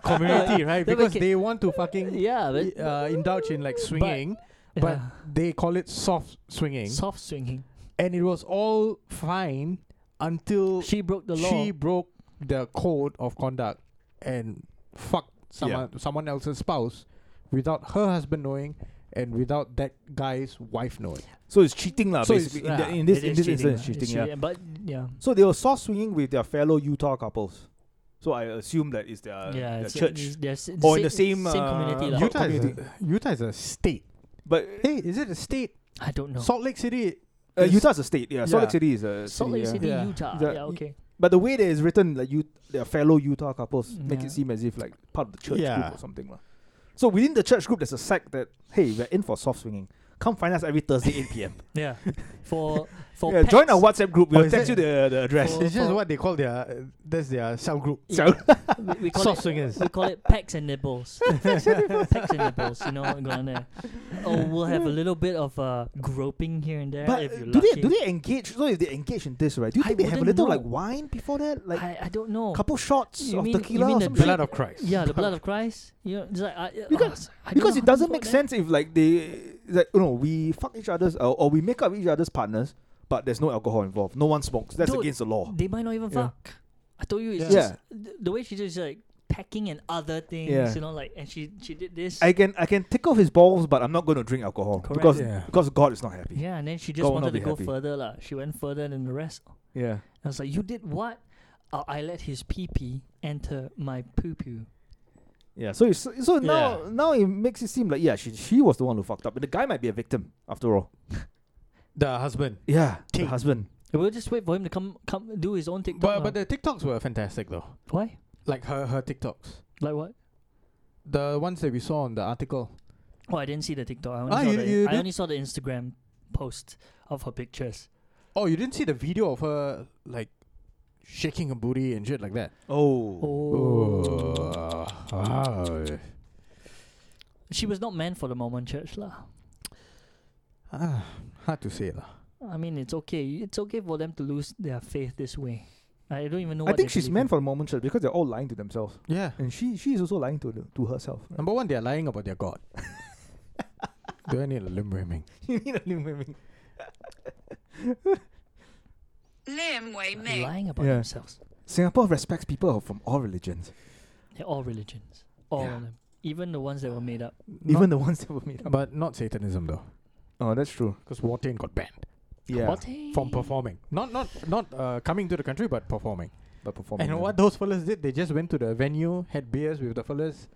Speaker 2: <laughs>
Speaker 3: community, right?
Speaker 2: They're
Speaker 3: Because
Speaker 2: making-
Speaker 3: they want to fucking
Speaker 2: <laughs> yeah but
Speaker 3: uh, indulge in like swinging, but,
Speaker 2: yeah.
Speaker 3: they call it soft swinging,
Speaker 2: soft swinging
Speaker 3: and it was all fine until
Speaker 2: she broke the law
Speaker 3: she broke the code of conduct and fucked someone someone else's spouse without her husband knowing and without that guy's wife knowing.
Speaker 1: So it's cheating, lah.
Speaker 3: So it's-
Speaker 1: basically, in,
Speaker 3: yeah,
Speaker 1: the- in this
Speaker 2: It
Speaker 1: in
Speaker 2: is
Speaker 1: this
Speaker 2: cheating,
Speaker 1: instance,
Speaker 2: uh,
Speaker 1: cheating.
Speaker 2: it's
Speaker 1: Yeah.
Speaker 2: but yeah
Speaker 1: So they were soft swinging with their fellow Utah couples. So I assume that is their,
Speaker 2: yeah,
Speaker 1: their
Speaker 2: it's-
Speaker 1: Uh, church.
Speaker 2: it's- they're s-
Speaker 1: Or in the same,
Speaker 2: same
Speaker 1: uh,
Speaker 2: community lah.
Speaker 1: Utah
Speaker 3: is
Speaker 1: is
Speaker 3: a, Utah is a state.
Speaker 1: But
Speaker 3: Hey, is it a state?
Speaker 2: I don't know.
Speaker 3: Salt Lake City.
Speaker 1: uh,
Speaker 3: is-
Speaker 1: Utah's a state. Yeah. Salt Lake
Speaker 3: Yeah.
Speaker 1: City is a
Speaker 2: Salt Lake
Speaker 1: yeah.
Speaker 2: City,
Speaker 3: Yeah.
Speaker 2: Utah.
Speaker 1: The-
Speaker 2: yeah, okay.
Speaker 1: But the way that it's written, like you, their fellow Utah couples, make
Speaker 2: Yeah.
Speaker 1: it seem as if like part of the church
Speaker 3: Yeah.
Speaker 1: group or something, lah. So within the church group, there's a sect that hey, we're in for soft swinging. Come find us every Thursday
Speaker 2: <laughs>
Speaker 1: 8 p.m.
Speaker 2: Yeah. For for
Speaker 1: yeah, join our
Speaker 2: pets,
Speaker 1: WhatsApp group.
Speaker 3: Oh,
Speaker 1: We'll
Speaker 3: is
Speaker 1: text you
Speaker 3: it-
Speaker 1: the, the address.
Speaker 2: For-
Speaker 3: It's just
Speaker 2: for-
Speaker 3: what they call their uh, that's their cell group.
Speaker 1: So
Speaker 2: we, we call
Speaker 3: Soft
Speaker 2: it
Speaker 3: swingers.
Speaker 2: we call it pecks and
Speaker 1: <laughs>
Speaker 2: nibbles. pecks and nibbles, you know, going there. Oh, we'll have a little bit of uh groping here and there
Speaker 1: But
Speaker 2: if
Speaker 1: uh,
Speaker 2: you're
Speaker 1: do
Speaker 2: lucky.
Speaker 1: they do they engage? So if they engage in this, right? Do you
Speaker 2: I
Speaker 1: think they have a
Speaker 2: wouldn't
Speaker 1: little like
Speaker 2: know.
Speaker 1: wine before that, like
Speaker 2: I, I don't know.
Speaker 1: couple shots
Speaker 2: You
Speaker 1: of
Speaker 2: mean- you
Speaker 1: tequila
Speaker 2: mean
Speaker 1: or
Speaker 2: the
Speaker 1: something?
Speaker 3: Blood of Christ.
Speaker 2: yeah, the blood
Speaker 1: <laughs>
Speaker 2: of Christ. You know, it's like I, uh,
Speaker 1: Because-
Speaker 2: I don't know
Speaker 1: because
Speaker 2: how
Speaker 1: it
Speaker 2: to
Speaker 1: doesn't
Speaker 2: go
Speaker 1: make
Speaker 2: there.
Speaker 1: sense if like they like you know we fuck each other's uh, or we make up each other's partners, but there's no alcohol involved. No one smokes. That's
Speaker 2: Dude,
Speaker 1: against the law.
Speaker 2: They might not even
Speaker 1: Yeah.
Speaker 2: fuck. I told you, it's
Speaker 1: Yeah.
Speaker 2: just th- the way she just like packing and other things,
Speaker 1: Yeah.
Speaker 2: you know, like and she she did this.
Speaker 1: I can I can tickle his balls, but I'm not going to drink alcohol
Speaker 2: Correct.
Speaker 1: because
Speaker 3: Yeah.
Speaker 1: because God is not happy.
Speaker 2: Yeah, and then she just
Speaker 1: God will
Speaker 2: wanted
Speaker 1: not
Speaker 2: to
Speaker 1: be
Speaker 2: go
Speaker 1: happy.
Speaker 2: further, lah. She went further than the rest.
Speaker 1: Yeah.
Speaker 2: I was like, "You did what? Uh, I let his pee pee enter my poo poo."
Speaker 1: Yeah, so it's, so now now it makes it seem like yeah she she was the one who fucked up, but the guy might be a victim after all.
Speaker 3: The husband.
Speaker 1: Yeah, the
Speaker 3: Ting.
Speaker 1: husband.
Speaker 2: We'll just wait for him to come come do his own TikTok.
Speaker 3: But
Speaker 2: lah.
Speaker 3: but the TikToks were fantastic though.
Speaker 2: why?
Speaker 3: Like her her TikToks.
Speaker 2: Like what?
Speaker 3: The ones that we saw on the article.
Speaker 2: Oh, I didn't see the TikTok. I only,
Speaker 3: Ah,
Speaker 2: saw,
Speaker 3: you-
Speaker 2: the,
Speaker 3: you
Speaker 2: I
Speaker 3: did-
Speaker 2: only saw the Instagram post of her pictures.
Speaker 3: Oh, you didn't see the video of her like shaking her booty and shit like that.
Speaker 1: Oh,
Speaker 2: Oh, she was not meant for the Mormon Church, lah.
Speaker 3: Ah, hard to say lah.
Speaker 2: I mean, it's okay. It's okay for them to lose their faith this way. I don't even know.
Speaker 1: I
Speaker 2: what
Speaker 1: think
Speaker 2: they
Speaker 1: she's
Speaker 2: believe
Speaker 1: meant
Speaker 2: in.
Speaker 1: for the moment shirt because they're all lying to themselves,
Speaker 3: Yeah.
Speaker 1: and she she is also lying to the, to herself.
Speaker 3: Number one, they're lying about their god. <laughs> Do I need a limb rimming?
Speaker 1: you need a new meme.
Speaker 5: Lim Wei Ming.
Speaker 2: lying about
Speaker 1: Yeah.
Speaker 2: themselves.
Speaker 1: Singapore respects people from all religions,
Speaker 2: They're all religions, all
Speaker 3: Yeah.
Speaker 2: of them, even the ones that were made up.
Speaker 1: even the ones that were made up.
Speaker 3: But not Satanism though,
Speaker 1: Oh, that's true.
Speaker 3: because Watain got banned
Speaker 1: Yeah,
Speaker 2: What?
Speaker 3: from performing. Not not not uh, coming to the country, but performing.
Speaker 1: but performing.
Speaker 3: And
Speaker 1: yeah.
Speaker 3: what those fellas did, they just went to the venue, had beers with the fellas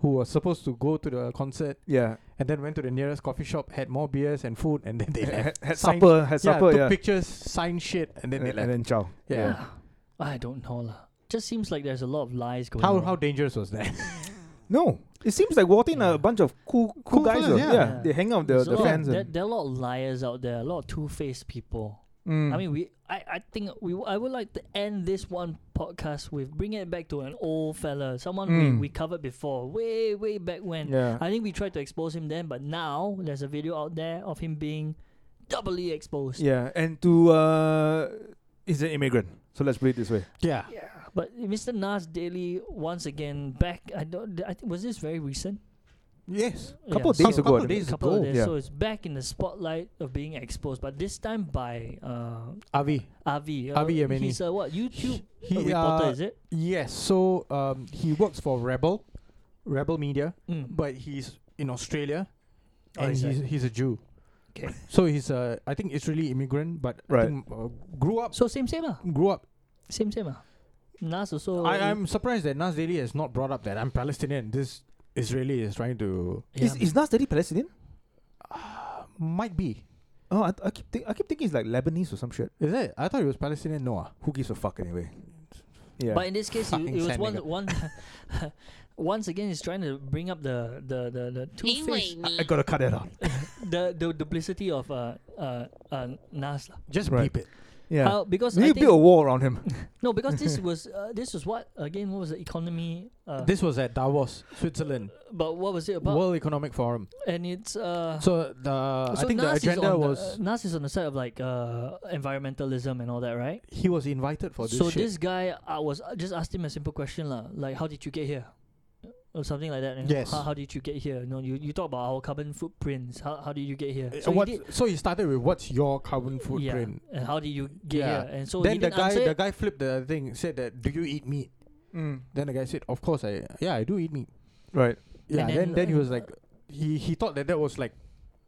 Speaker 3: who were supposed to go to the concert,
Speaker 1: Yeah,
Speaker 3: and then went to the nearest coffee shop, had more beers and food, and then they <laughs>
Speaker 1: had,
Speaker 3: left.
Speaker 1: had
Speaker 3: Signed-
Speaker 1: supper, had
Speaker 3: yeah,
Speaker 1: supper,
Speaker 3: took
Speaker 1: yeah,
Speaker 3: pictures, signed shit, and then
Speaker 1: and,
Speaker 3: they
Speaker 1: and
Speaker 3: left.
Speaker 1: then ciao.
Speaker 3: yeah.
Speaker 2: I don't know lah. Just seems like there's a lot of lies going
Speaker 3: How
Speaker 2: on.
Speaker 3: how dangerous was that?
Speaker 1: No, it seems like Watin are
Speaker 2: Yeah.
Speaker 1: a bunch of cool cool,
Speaker 3: Cool
Speaker 1: guys.
Speaker 3: fellas,
Speaker 1: uh,
Speaker 3: yeah.
Speaker 2: Yeah.
Speaker 1: they hang out with
Speaker 2: There's a
Speaker 1: the, the
Speaker 2: lot of-
Speaker 1: fans.
Speaker 2: there,
Speaker 1: and,
Speaker 2: there are a lot of liars out there. A lot of two-faced people.
Speaker 1: Mm.
Speaker 2: I mean, we. I, I think we. w- I would like to end this one podcast with bringing it back to an old fella, someone
Speaker 1: Mm.
Speaker 2: we, we covered before, way way back when.
Speaker 1: yeah,
Speaker 2: I think we tried to expose him then, but now there's a video out there of him being doubly exposed.
Speaker 1: yeah, and to uh, is an immigrant. So let's put it this way.
Speaker 3: <laughs> yeah.
Speaker 2: But Mr. Nas Daily once again back. I don't. I think was this very recent.
Speaker 3: Yes.
Speaker 1: Couple of
Speaker 2: so-
Speaker 1: days ago, I
Speaker 3: couple
Speaker 1: think.
Speaker 3: days
Speaker 2: couple of
Speaker 3: ago.
Speaker 2: days.
Speaker 1: Yeah.
Speaker 2: So it's back in the spotlight of being exposed, but this time by uh,
Speaker 3: Avi.
Speaker 2: Avi. Uh,
Speaker 3: Avi Yemeni.
Speaker 2: He's a what YouTube
Speaker 3: He,
Speaker 2: uh, reporter,
Speaker 3: uh,
Speaker 2: is it?
Speaker 3: Yes. So um, he works for Rebel, Rebel Media,
Speaker 2: Mm.
Speaker 3: but he's in Australia,
Speaker 2: Oh,
Speaker 3: and
Speaker 2: he's
Speaker 3: he's, he's a Jew.
Speaker 2: 'Kay.
Speaker 3: So he's uh, I think Israeli immigrant, but I
Speaker 1: Right.
Speaker 3: think, uh, grew up
Speaker 2: so same same ah,
Speaker 3: grew up.
Speaker 2: same same ah. Nas also.
Speaker 3: I, I'm surprised that Nas Daily has not brought up that I'm Palestinian. This Israeli is trying to uh,
Speaker 2: Yeah,
Speaker 1: Is is Nas Daddy Palestinian?
Speaker 3: might be.
Speaker 1: Oh, I, I keep think, I keep thinking it's like Lebanese or some shit.
Speaker 3: Is it? I thought he was Palestinian. ah, Noah.
Speaker 1: Who gives a fuck anyway? Yeah,
Speaker 2: But in this
Speaker 3: <laughs>
Speaker 2: case, it,
Speaker 3: Fucking
Speaker 2: it was
Speaker 3: sad
Speaker 2: one
Speaker 3: nigga.
Speaker 2: one. <laughs> once again, he's trying to bring up the the the the two
Speaker 5: Lim Wei
Speaker 2: face
Speaker 1: I, I
Speaker 5: Ming.
Speaker 1: gotta cut that out.
Speaker 2: <laughs> the the duplicity of uh uh uh Nas. lah.
Speaker 3: Just
Speaker 1: Right.
Speaker 3: beep it.
Speaker 1: Yeah,
Speaker 2: How- because
Speaker 1: we
Speaker 2: I
Speaker 1: need to build a
Speaker 2: think,
Speaker 1: wall around
Speaker 2: <laughs>
Speaker 1: him.
Speaker 2: no, because
Speaker 3: <laughs>
Speaker 2: this was uh, this was what again? What was the economy? Uh,
Speaker 3: This was at Davos, Switzerland,
Speaker 2: but what was it about?
Speaker 3: World Economic Forum.
Speaker 2: and it's uh.
Speaker 3: So the I
Speaker 2: so
Speaker 3: think
Speaker 2: Nas
Speaker 3: the
Speaker 2: is
Speaker 3: agenda
Speaker 2: on
Speaker 3: was
Speaker 2: the, uh, Nas is on the side of like uh environmentalism and all that, right?
Speaker 3: he was invited for this.
Speaker 2: so
Speaker 3: shit.
Speaker 2: this guy, I was I just asked him a simple question lah, like how did you get here, or something like that. you know,
Speaker 3: Yes.
Speaker 2: How, how did you get here? You know, you, you talk about our carbon footprints. How how did you get here?
Speaker 3: Uh,
Speaker 2: So he
Speaker 3: what-
Speaker 2: did-
Speaker 3: so he started with what's your carbon footprint?
Speaker 2: Yeah, and how did you get
Speaker 3: Yeah.
Speaker 2: here? And so he
Speaker 3: then the
Speaker 2: didn't
Speaker 3: guy
Speaker 2: answer
Speaker 3: the
Speaker 2: it.
Speaker 3: guy flipped the thing, said that do you eat meat? Then the guy said, Of course I yeah, I do eat meat.
Speaker 1: Mm, Right.
Speaker 3: Yeah,
Speaker 2: And
Speaker 3: then, then
Speaker 2: then-
Speaker 3: he was like he he thought that that was like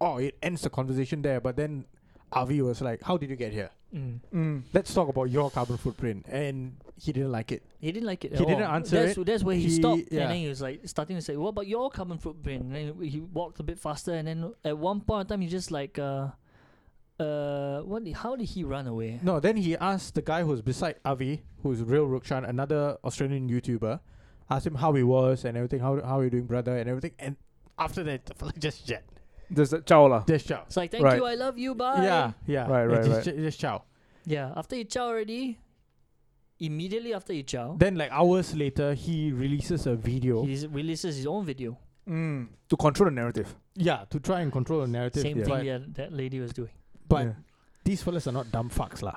Speaker 3: oh it ends the conversation there, but then Avi was like, How did you get here?
Speaker 2: Mm.
Speaker 1: Mm.
Speaker 3: Let's talk about your carbon footprint and he didn't like it.
Speaker 2: He didn't like it.
Speaker 3: He
Speaker 2: at
Speaker 3: didn't
Speaker 2: all.
Speaker 3: answer
Speaker 2: that's,
Speaker 3: it.
Speaker 2: That's where he,
Speaker 3: He-
Speaker 2: stopped,
Speaker 3: yeah.
Speaker 2: and then he was like starting to say, "What about your carbon footprint?" And then he walked a bit faster, and then at one point in time, he just like, uh, uh, what? Did, how did he run away?
Speaker 3: No, then he asked the guy who's beside Avi, who's Real Rukshan, another Australian YouTuber, asked him how he was and everything, how how are you doing, brother, and everything and after that the fella <laughs> just jet.
Speaker 1: There's a chow lah.
Speaker 3: Just shout.
Speaker 2: It's like, "Thank
Speaker 1: Right.
Speaker 2: you, I love you, bye."
Speaker 3: Yeah, yeah.
Speaker 1: Right,
Speaker 3: Yeah,
Speaker 1: right,
Speaker 3: just,
Speaker 1: right.
Speaker 3: ju- just chow.
Speaker 2: yeah. After you chow already, immediately after you chow,
Speaker 3: Then, like hours later, he releases a video.
Speaker 2: he s- releases his own video.
Speaker 1: Mm. To control the narrative.
Speaker 3: yeah, to try and control the narrative.
Speaker 2: Same
Speaker 1: yeah.
Speaker 2: thing
Speaker 3: But,
Speaker 2: yeah, that lady was
Speaker 3: <laughs>
Speaker 2: doing.
Speaker 3: but
Speaker 1: Yeah.
Speaker 3: these fellas are not dumb fucks, lah.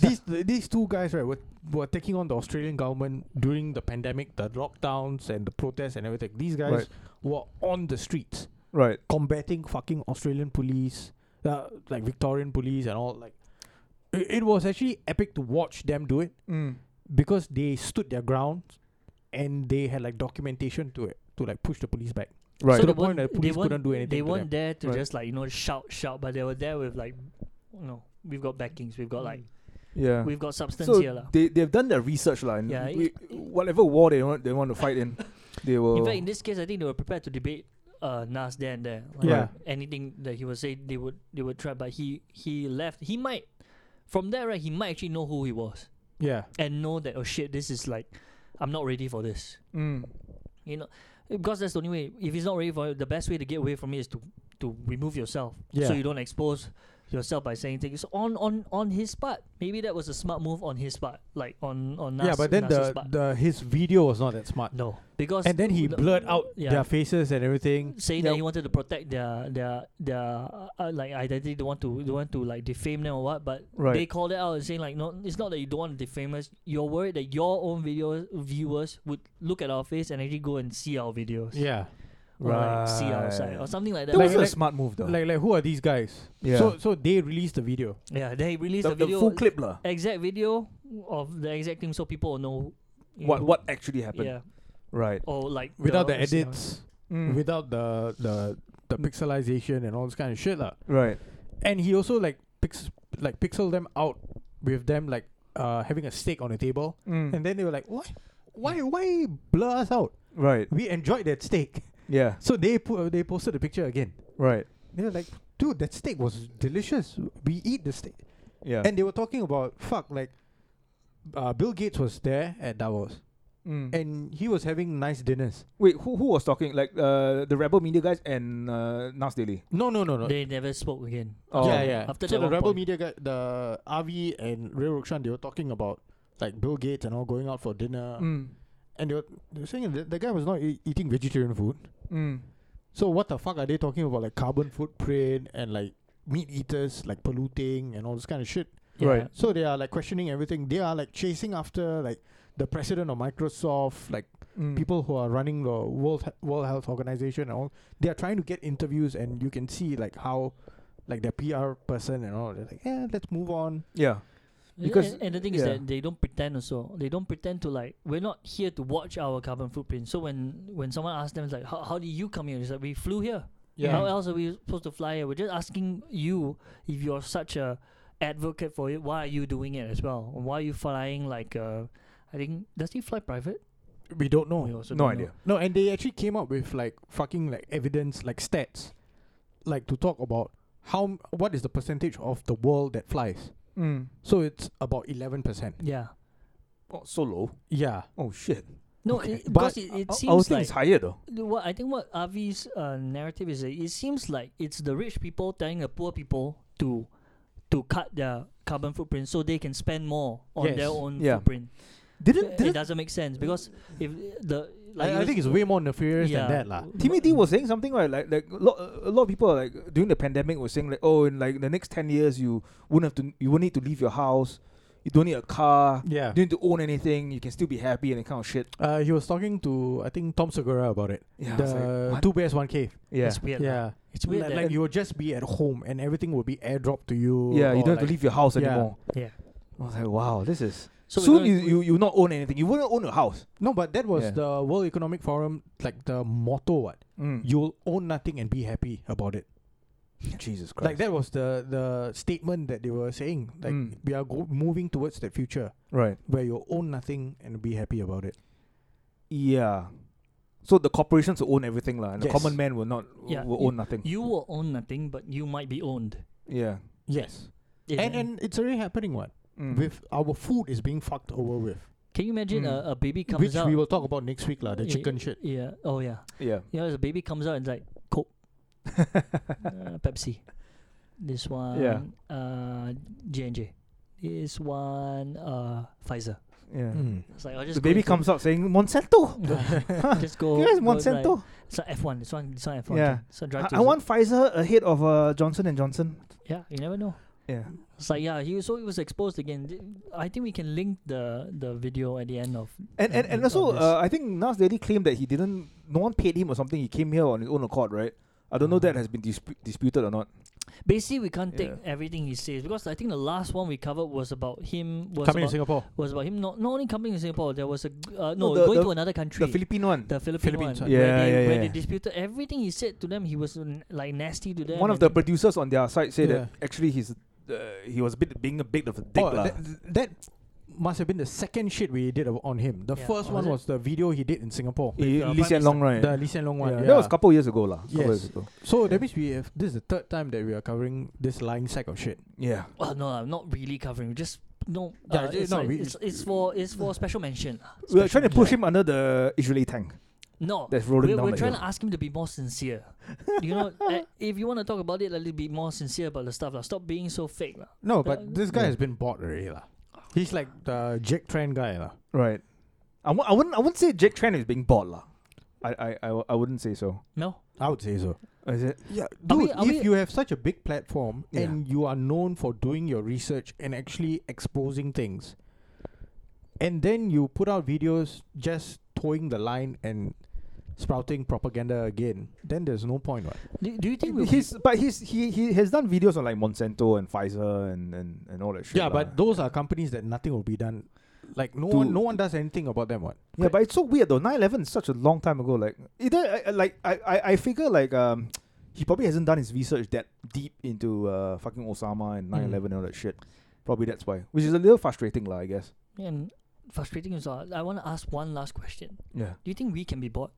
Speaker 3: <laughs> these th- these two guys, right, were, were taking on the Australian government during the pandemic, the lockdowns and the protests and everything. These guys
Speaker 1: Right.
Speaker 3: were on the streets
Speaker 1: Right.
Speaker 3: combating fucking Australian police, uh, like Victorian police and all. Like, it, it was actually epic to watch them do it
Speaker 1: Mm.
Speaker 3: because they stood their ground and they had like documentation to it to like push the police back.
Speaker 1: Right.
Speaker 2: So
Speaker 3: To
Speaker 2: they
Speaker 3: the point
Speaker 2: weren't-
Speaker 3: that the
Speaker 2: they
Speaker 3: police
Speaker 2: weren't-
Speaker 3: couldn't do anything
Speaker 2: They
Speaker 3: to
Speaker 2: weren't
Speaker 3: them.
Speaker 2: there to
Speaker 1: Right.
Speaker 2: just like you know shout shout, but they were there with like, no, we've got backings, we've got like
Speaker 1: yeah.
Speaker 2: we've got substance
Speaker 1: so
Speaker 2: here lah.
Speaker 1: they they've done their research lah. and
Speaker 2: Yeah,
Speaker 1: we- whatever war they want they want to fight in, they will.
Speaker 2: In
Speaker 3: Oh.
Speaker 2: fact, in this case, I think they were prepared to debate uh, Nas there and there. Like
Speaker 3: Yeah.
Speaker 2: Anything that he would say, they would they would try. But he he left. He might from there right. He might actually know who he was
Speaker 3: Yeah.
Speaker 2: and know that oh shit, this is like I'm not ready for this.
Speaker 1: Mm.
Speaker 2: You know, because that's the only way. If he's not ready for it, the best way to get away from it is to to remove yourself.
Speaker 3: Yeah.
Speaker 2: So you don't expose yourself by saying things on on on his part. Maybe that was a smart move on his part, like on on Nas,
Speaker 3: yeah, but then
Speaker 2: Nas's
Speaker 3: the,
Speaker 2: part.
Speaker 3: the his video was not that smart.
Speaker 2: no because
Speaker 3: And then he
Speaker 2: the-
Speaker 3: blurred out
Speaker 2: yeah.
Speaker 3: their faces and everything.
Speaker 2: saying
Speaker 1: Yeah.
Speaker 2: that he wanted to protect their their their uh, uh, like identity. Don't want to don't want to like defame them or what. But
Speaker 1: Right.
Speaker 2: they called it out and saying like, no, it's not that you don't want to defame us. You're worried that your own video viewers would look at our face and actually go and see our videos.
Speaker 3: Yeah,
Speaker 2: Or like see our side
Speaker 1: Right.
Speaker 2: or something like that.
Speaker 1: That was
Speaker 3: Like-
Speaker 1: a
Speaker 3: like-
Speaker 1: smart move, though.
Speaker 3: like like who are these guys?
Speaker 1: yeah.
Speaker 3: So so they released the video.
Speaker 2: yeah, they released
Speaker 1: the,
Speaker 2: a
Speaker 1: the
Speaker 2: video,
Speaker 1: full clip, lah.
Speaker 2: exact video of the exact thing, so people will know you
Speaker 1: What
Speaker 2: know,
Speaker 1: what actually happened?
Speaker 2: Yeah,
Speaker 1: Right.
Speaker 2: or like
Speaker 3: without the, Hmm.
Speaker 2: see how-
Speaker 3: edits,
Speaker 1: Mm.
Speaker 3: without the the the pixelization and all this kind of shit lah.
Speaker 1: right.
Speaker 3: And he also like pix like pixel them out with them like uh having a steak on the table,
Speaker 1: Mm.
Speaker 3: and then they were like, why why why blur us out?
Speaker 1: right.
Speaker 3: We enjoyed that steak. <laughs>
Speaker 1: Yeah.
Speaker 3: So they put they posted the picture again.
Speaker 1: Right.
Speaker 3: They were like, dude, that steak was delicious. We eat the steak.
Speaker 1: Yeah.
Speaker 3: And they were talking about fuck like. Uh, Bill Gates was there at Davos,
Speaker 1: Mm.
Speaker 3: and he was having nice dinners.
Speaker 1: Wait, who who was talking? Like uh, the Rebel Media guys and uh, Nas Daily.
Speaker 3: No, no, no, no.
Speaker 2: They never spoke again.
Speaker 1: Oh.
Speaker 3: Yeah, yeah.
Speaker 2: After
Speaker 3: so
Speaker 2: that
Speaker 3: the
Speaker 2: one
Speaker 3: Rebel
Speaker 2: point.
Speaker 3: Media guy, the RV and Ray Rokshan, they were talking about like Bill Gates and all going out for dinner,
Speaker 1: Mm.
Speaker 3: and they were, they were saying that the guy was not e- eating vegetarian food.
Speaker 1: Mm.
Speaker 3: So what the fuck are they talking about like carbon footprint and like meat eaters like polluting and all this kind of shit?
Speaker 2: Yeah.
Speaker 1: Right.
Speaker 3: So they are like questioning everything. They are like chasing after like the president of Microsoft, like
Speaker 1: Mm.
Speaker 3: people who are running the World He- World Health Organization and all, they are trying to get interviews, and you can see like how, like their PR person and all, they're like, yeah, let's move on.
Speaker 1: Yeah.
Speaker 2: Yeah,
Speaker 1: Because-
Speaker 2: and, and the thing is
Speaker 1: yeah.
Speaker 2: that they don't pretend also. They don't pretend to like we're not here to watch our carbon footprint. So when when someone asks them it's like how, how did you come here? It's like we flew here. How else are we supposed to fly here? We're just asking you if you're such a advocate for it, why are you doing it as well? Or Why are you flying like uh I think does he fly private?
Speaker 3: we don't
Speaker 2: We
Speaker 3: know.
Speaker 2: also
Speaker 1: No
Speaker 2: don't
Speaker 1: idea.
Speaker 3: No, and they actually came up with like fucking like evidence, like stats, like to talk about how m- what is the percentage of the world that flies.
Speaker 1: Mm.
Speaker 3: So it's about eleven percent.
Speaker 2: Yeah.
Speaker 1: Oh, so low.
Speaker 3: Yeah,
Speaker 1: Oh shit.
Speaker 2: No,
Speaker 3: Okay.
Speaker 2: it,
Speaker 3: But
Speaker 2: because it, it
Speaker 1: I- I
Speaker 2: seems
Speaker 1: was
Speaker 2: like
Speaker 1: thinking it's higher though.
Speaker 2: The- what I think what Avi's uh, narrative is that it seems like it's the rich people telling the poor people to to cut their carbon footprint so they can spend more on their
Speaker 3: Yes.
Speaker 2: own
Speaker 1: Yeah.
Speaker 2: footprint.
Speaker 1: Didn't
Speaker 2: it
Speaker 1: didn't
Speaker 2: doesn't make sense because if the like
Speaker 3: I,
Speaker 2: you
Speaker 3: I think
Speaker 2: s-
Speaker 3: it's way more nefarious
Speaker 2: yeah, Mm.
Speaker 3: than that lah.
Speaker 1: TMD was saying something right, like like a lot, a lot of people are like during the pandemic were saying like oh in like the next ten years you won't have to you won't need to leave your house, you don't need a car,
Speaker 3: Yeah.
Speaker 1: you don't need to own anything, you can still be happy and that kind of shit.
Speaker 3: Uh, he was talking to I think Tom Segura about it.
Speaker 1: Yeah, I was like,
Speaker 3: the
Speaker 1: what?
Speaker 3: two bears one cave.
Speaker 1: Yeah,
Speaker 2: it's weird.
Speaker 3: Yeah.
Speaker 2: It's weird
Speaker 3: like,
Speaker 2: that-
Speaker 3: like you will just be at home and everything will be airdropped to you.
Speaker 1: yeah, you
Speaker 3: or
Speaker 1: don't have to
Speaker 3: like-
Speaker 1: leave your house
Speaker 3: yeah.
Speaker 1: anymore.
Speaker 2: Yeah.
Speaker 1: I was like wow, this is
Speaker 2: So we're
Speaker 1: soon
Speaker 2: gonna-
Speaker 1: you you you not own anything, you wouldn't own a house.
Speaker 3: No, but that was
Speaker 1: Yeah.
Speaker 3: the World Economic Forum, like the motto. What
Speaker 1: Mm.
Speaker 3: you'll own nothing and be happy about it.
Speaker 1: Jesus Christ.
Speaker 3: Like that was the the statement that they were saying. Like
Speaker 1: Mm.
Speaker 3: we are go- moving towards that future
Speaker 1: Right.
Speaker 3: where you'll own nothing and be happy about it.
Speaker 1: Yeah. So the corporations will own everything, lah, and the
Speaker 3: Yes.
Speaker 1: common man will not
Speaker 2: Yeah,
Speaker 1: will
Speaker 2: you-
Speaker 1: own nothing.
Speaker 2: you will own nothing, but you might be owned.
Speaker 1: yeah.
Speaker 3: Yes,
Speaker 2: Is
Speaker 3: and Hmm.
Speaker 2: it-
Speaker 3: and it's already happening. What
Speaker 1: Mm.
Speaker 3: with our food is being fucked over with,
Speaker 2: can you imagine
Speaker 1: Mm.
Speaker 2: a, a baby comes
Speaker 3: which
Speaker 2: out?
Speaker 3: we will talk about next week, lah. The
Speaker 2: Yeah,
Speaker 3: chicken shit.
Speaker 2: Yeah. Oh yeah.
Speaker 1: yeah.
Speaker 2: You know, as a baby comes out and it's like Coke, uh, Pepsi, this one,
Speaker 1: Yeah.
Speaker 2: uh, J and J, this one, uh, Pfizer.
Speaker 1: Yeah.
Speaker 3: Mm.
Speaker 2: It's like I just
Speaker 1: The
Speaker 2: go
Speaker 1: baby
Speaker 2: into- <laughs>
Speaker 1: comes out saying Monsanto.
Speaker 2: just
Speaker 1: <laughs>
Speaker 2: go.
Speaker 1: Yes,
Speaker 2: go like-
Speaker 1: Monsanto.
Speaker 2: it's like F one. This one. This one F one.
Speaker 1: Yeah.
Speaker 2: So drive
Speaker 1: I,
Speaker 2: to
Speaker 1: I want Pfizer ahead of uh, Johnson and Johnson.
Speaker 2: Yeah, you never know.
Speaker 1: Yeah.
Speaker 2: It's like yeah, he was, so he was exposed again. Th- I think we can link the the video at the end of.
Speaker 1: And
Speaker 2: And-
Speaker 1: and, and
Speaker 2: and
Speaker 1: also,
Speaker 2: obvious.
Speaker 1: uh, I think Nas Daily claimed that he didn't. No one paid him or something. He came here on his own accord, right? I don't know
Speaker 3: Uh-huh.
Speaker 1: that has been dispu- disputed or not.
Speaker 2: Basically, we can't take
Speaker 1: Yeah.
Speaker 2: everything he says because I think the last one we covered was about him. Was
Speaker 3: Coming to
Speaker 2: about,
Speaker 3: Singapore.
Speaker 2: was about him not, not only coming to Singapore. There was a g- uh,
Speaker 1: No,
Speaker 2: no,
Speaker 1: the-
Speaker 2: going
Speaker 1: the-
Speaker 2: to another country.
Speaker 1: The Philippine one.
Speaker 2: the Philippine
Speaker 3: Philippines one.
Speaker 2: one.
Speaker 1: Yeah,
Speaker 2: where they,
Speaker 1: yeah,
Speaker 2: where
Speaker 1: yeah.
Speaker 2: they disputed everything he said to them. He was n- like nasty to them.
Speaker 1: one of
Speaker 2: and
Speaker 1: the
Speaker 2: then-
Speaker 1: producers on their side said that
Speaker 3: Yeah.
Speaker 1: actually he's uh, he was a bit being a bit of a dick,
Speaker 3: Oh,
Speaker 1: lah.
Speaker 3: that, that must have been the second shit we did ab- on him. The
Speaker 2: Yeah.
Speaker 3: first
Speaker 2: Oh,
Speaker 3: one
Speaker 2: was it?
Speaker 3: was the video he did in Singapore.
Speaker 1: He-
Speaker 2: uh,
Speaker 1: Lee
Speaker 2: Prime
Speaker 1: Hsien Long, right?
Speaker 3: The Lee Hsien Long one.
Speaker 1: Yeah,
Speaker 3: Yeah,
Speaker 1: That was a couple of years ago, lah. Couple
Speaker 3: Yes.
Speaker 1: years ago.
Speaker 3: So that means we have this is the third time that we are covering this lying sack of shit.
Speaker 1: Yeah.
Speaker 2: Well, oh, no, I'm not really covering. Just no.
Speaker 3: Yeah,
Speaker 2: uh,
Speaker 3: ju-
Speaker 2: it's,
Speaker 3: no,
Speaker 2: like-
Speaker 3: we-
Speaker 2: it's, it's for it's for special mention. lah.
Speaker 1: <laughs> We are
Speaker 2: Special
Speaker 1: trying to push
Speaker 2: mention.
Speaker 1: him under the Israeli tank.
Speaker 2: No,
Speaker 1: That's rolling
Speaker 2: we're,
Speaker 1: down
Speaker 2: we're
Speaker 1: the
Speaker 2: trying
Speaker 1: hill.
Speaker 2: to ask him to be more sincere. you know, <laughs> uh, if you want to talk about it, a little bit more sincere about the stuff. lah. Stop being so fake. lah.
Speaker 3: No,
Speaker 2: Uh,
Speaker 3: but this guy
Speaker 1: yeah.
Speaker 3: has been bought already. lah. He's like the Jack Tran guy. lah.
Speaker 1: Right. I w- I wouldn't. I wouldn't say Jake Tran is being bought lah. I I I, w- I wouldn't say so.
Speaker 2: No,
Speaker 3: I would say so.
Speaker 1: Is it?
Speaker 3: Yeah,
Speaker 2: Are
Speaker 3: dude,
Speaker 2: we- are
Speaker 3: if
Speaker 2: we-
Speaker 3: you have such a big platform
Speaker 1: Yeah.
Speaker 3: and you are known for doing your research and actually exposing things, and then you put out videos just towing the line and sprouting propaganda again, then there's no point, right?
Speaker 2: do, do you think we'll
Speaker 1: He's but he's he he has done videos on like Monsanto and Pfizer and and, and all that shit.
Speaker 3: yeah,
Speaker 1: lah.
Speaker 3: but those are companies that nothing will be done. Like no one,
Speaker 1: Dude.
Speaker 3: no one does anything about them. What?
Speaker 1: Yeah, but it's so weird though. 9-11 is such a long time ago. Like either I- I- like I, I, I figure like um he probably hasn't done his research that deep into uh fucking Osama and 9-11 and all that shit. Probably that's why. Which is a little frustrating lah, I guess.
Speaker 2: and frustrating as well. I want to ask one last question.
Speaker 1: Yeah.
Speaker 2: Do you think we can be bought?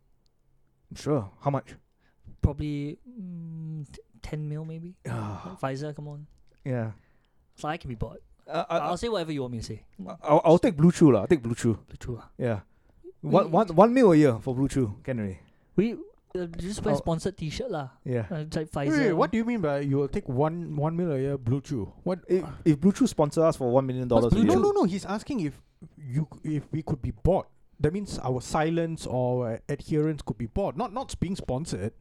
Speaker 1: Sure. How much?
Speaker 2: Probably mm, t- ten mil, maybe.
Speaker 1: Ah,
Speaker 2: Like, Pfizer, come on.
Speaker 1: yeah.
Speaker 2: So I can be bought.
Speaker 1: Uh, I,
Speaker 2: I'll say whatever you want me to say. Come
Speaker 3: Uh.
Speaker 1: I,
Speaker 2: on,
Speaker 1: I'll, I'll take Blue Chew lah. I'll take Blue Chew.
Speaker 2: the truth. ah.
Speaker 1: Yeah.
Speaker 2: We-
Speaker 1: One, one, one meal a year for Blue Chew. Can we?
Speaker 2: We uh, just wear
Speaker 1: I'll-
Speaker 2: sponsored T-shirt lah.
Speaker 1: Yeah.
Speaker 2: Uh, it's like Pfizer.
Speaker 3: Oh. Wait, wait, what do you mean by you will take one one meal a year blue chew? What?
Speaker 1: If, if Blue Chew sponsor us for $1 million a
Speaker 2: Blue
Speaker 1: year.
Speaker 3: no,
Speaker 2: Chew?
Speaker 3: no, no. He's asking if you c- if we could be bought. That means our silence or uh, adherence could be bought. Not not being sponsored.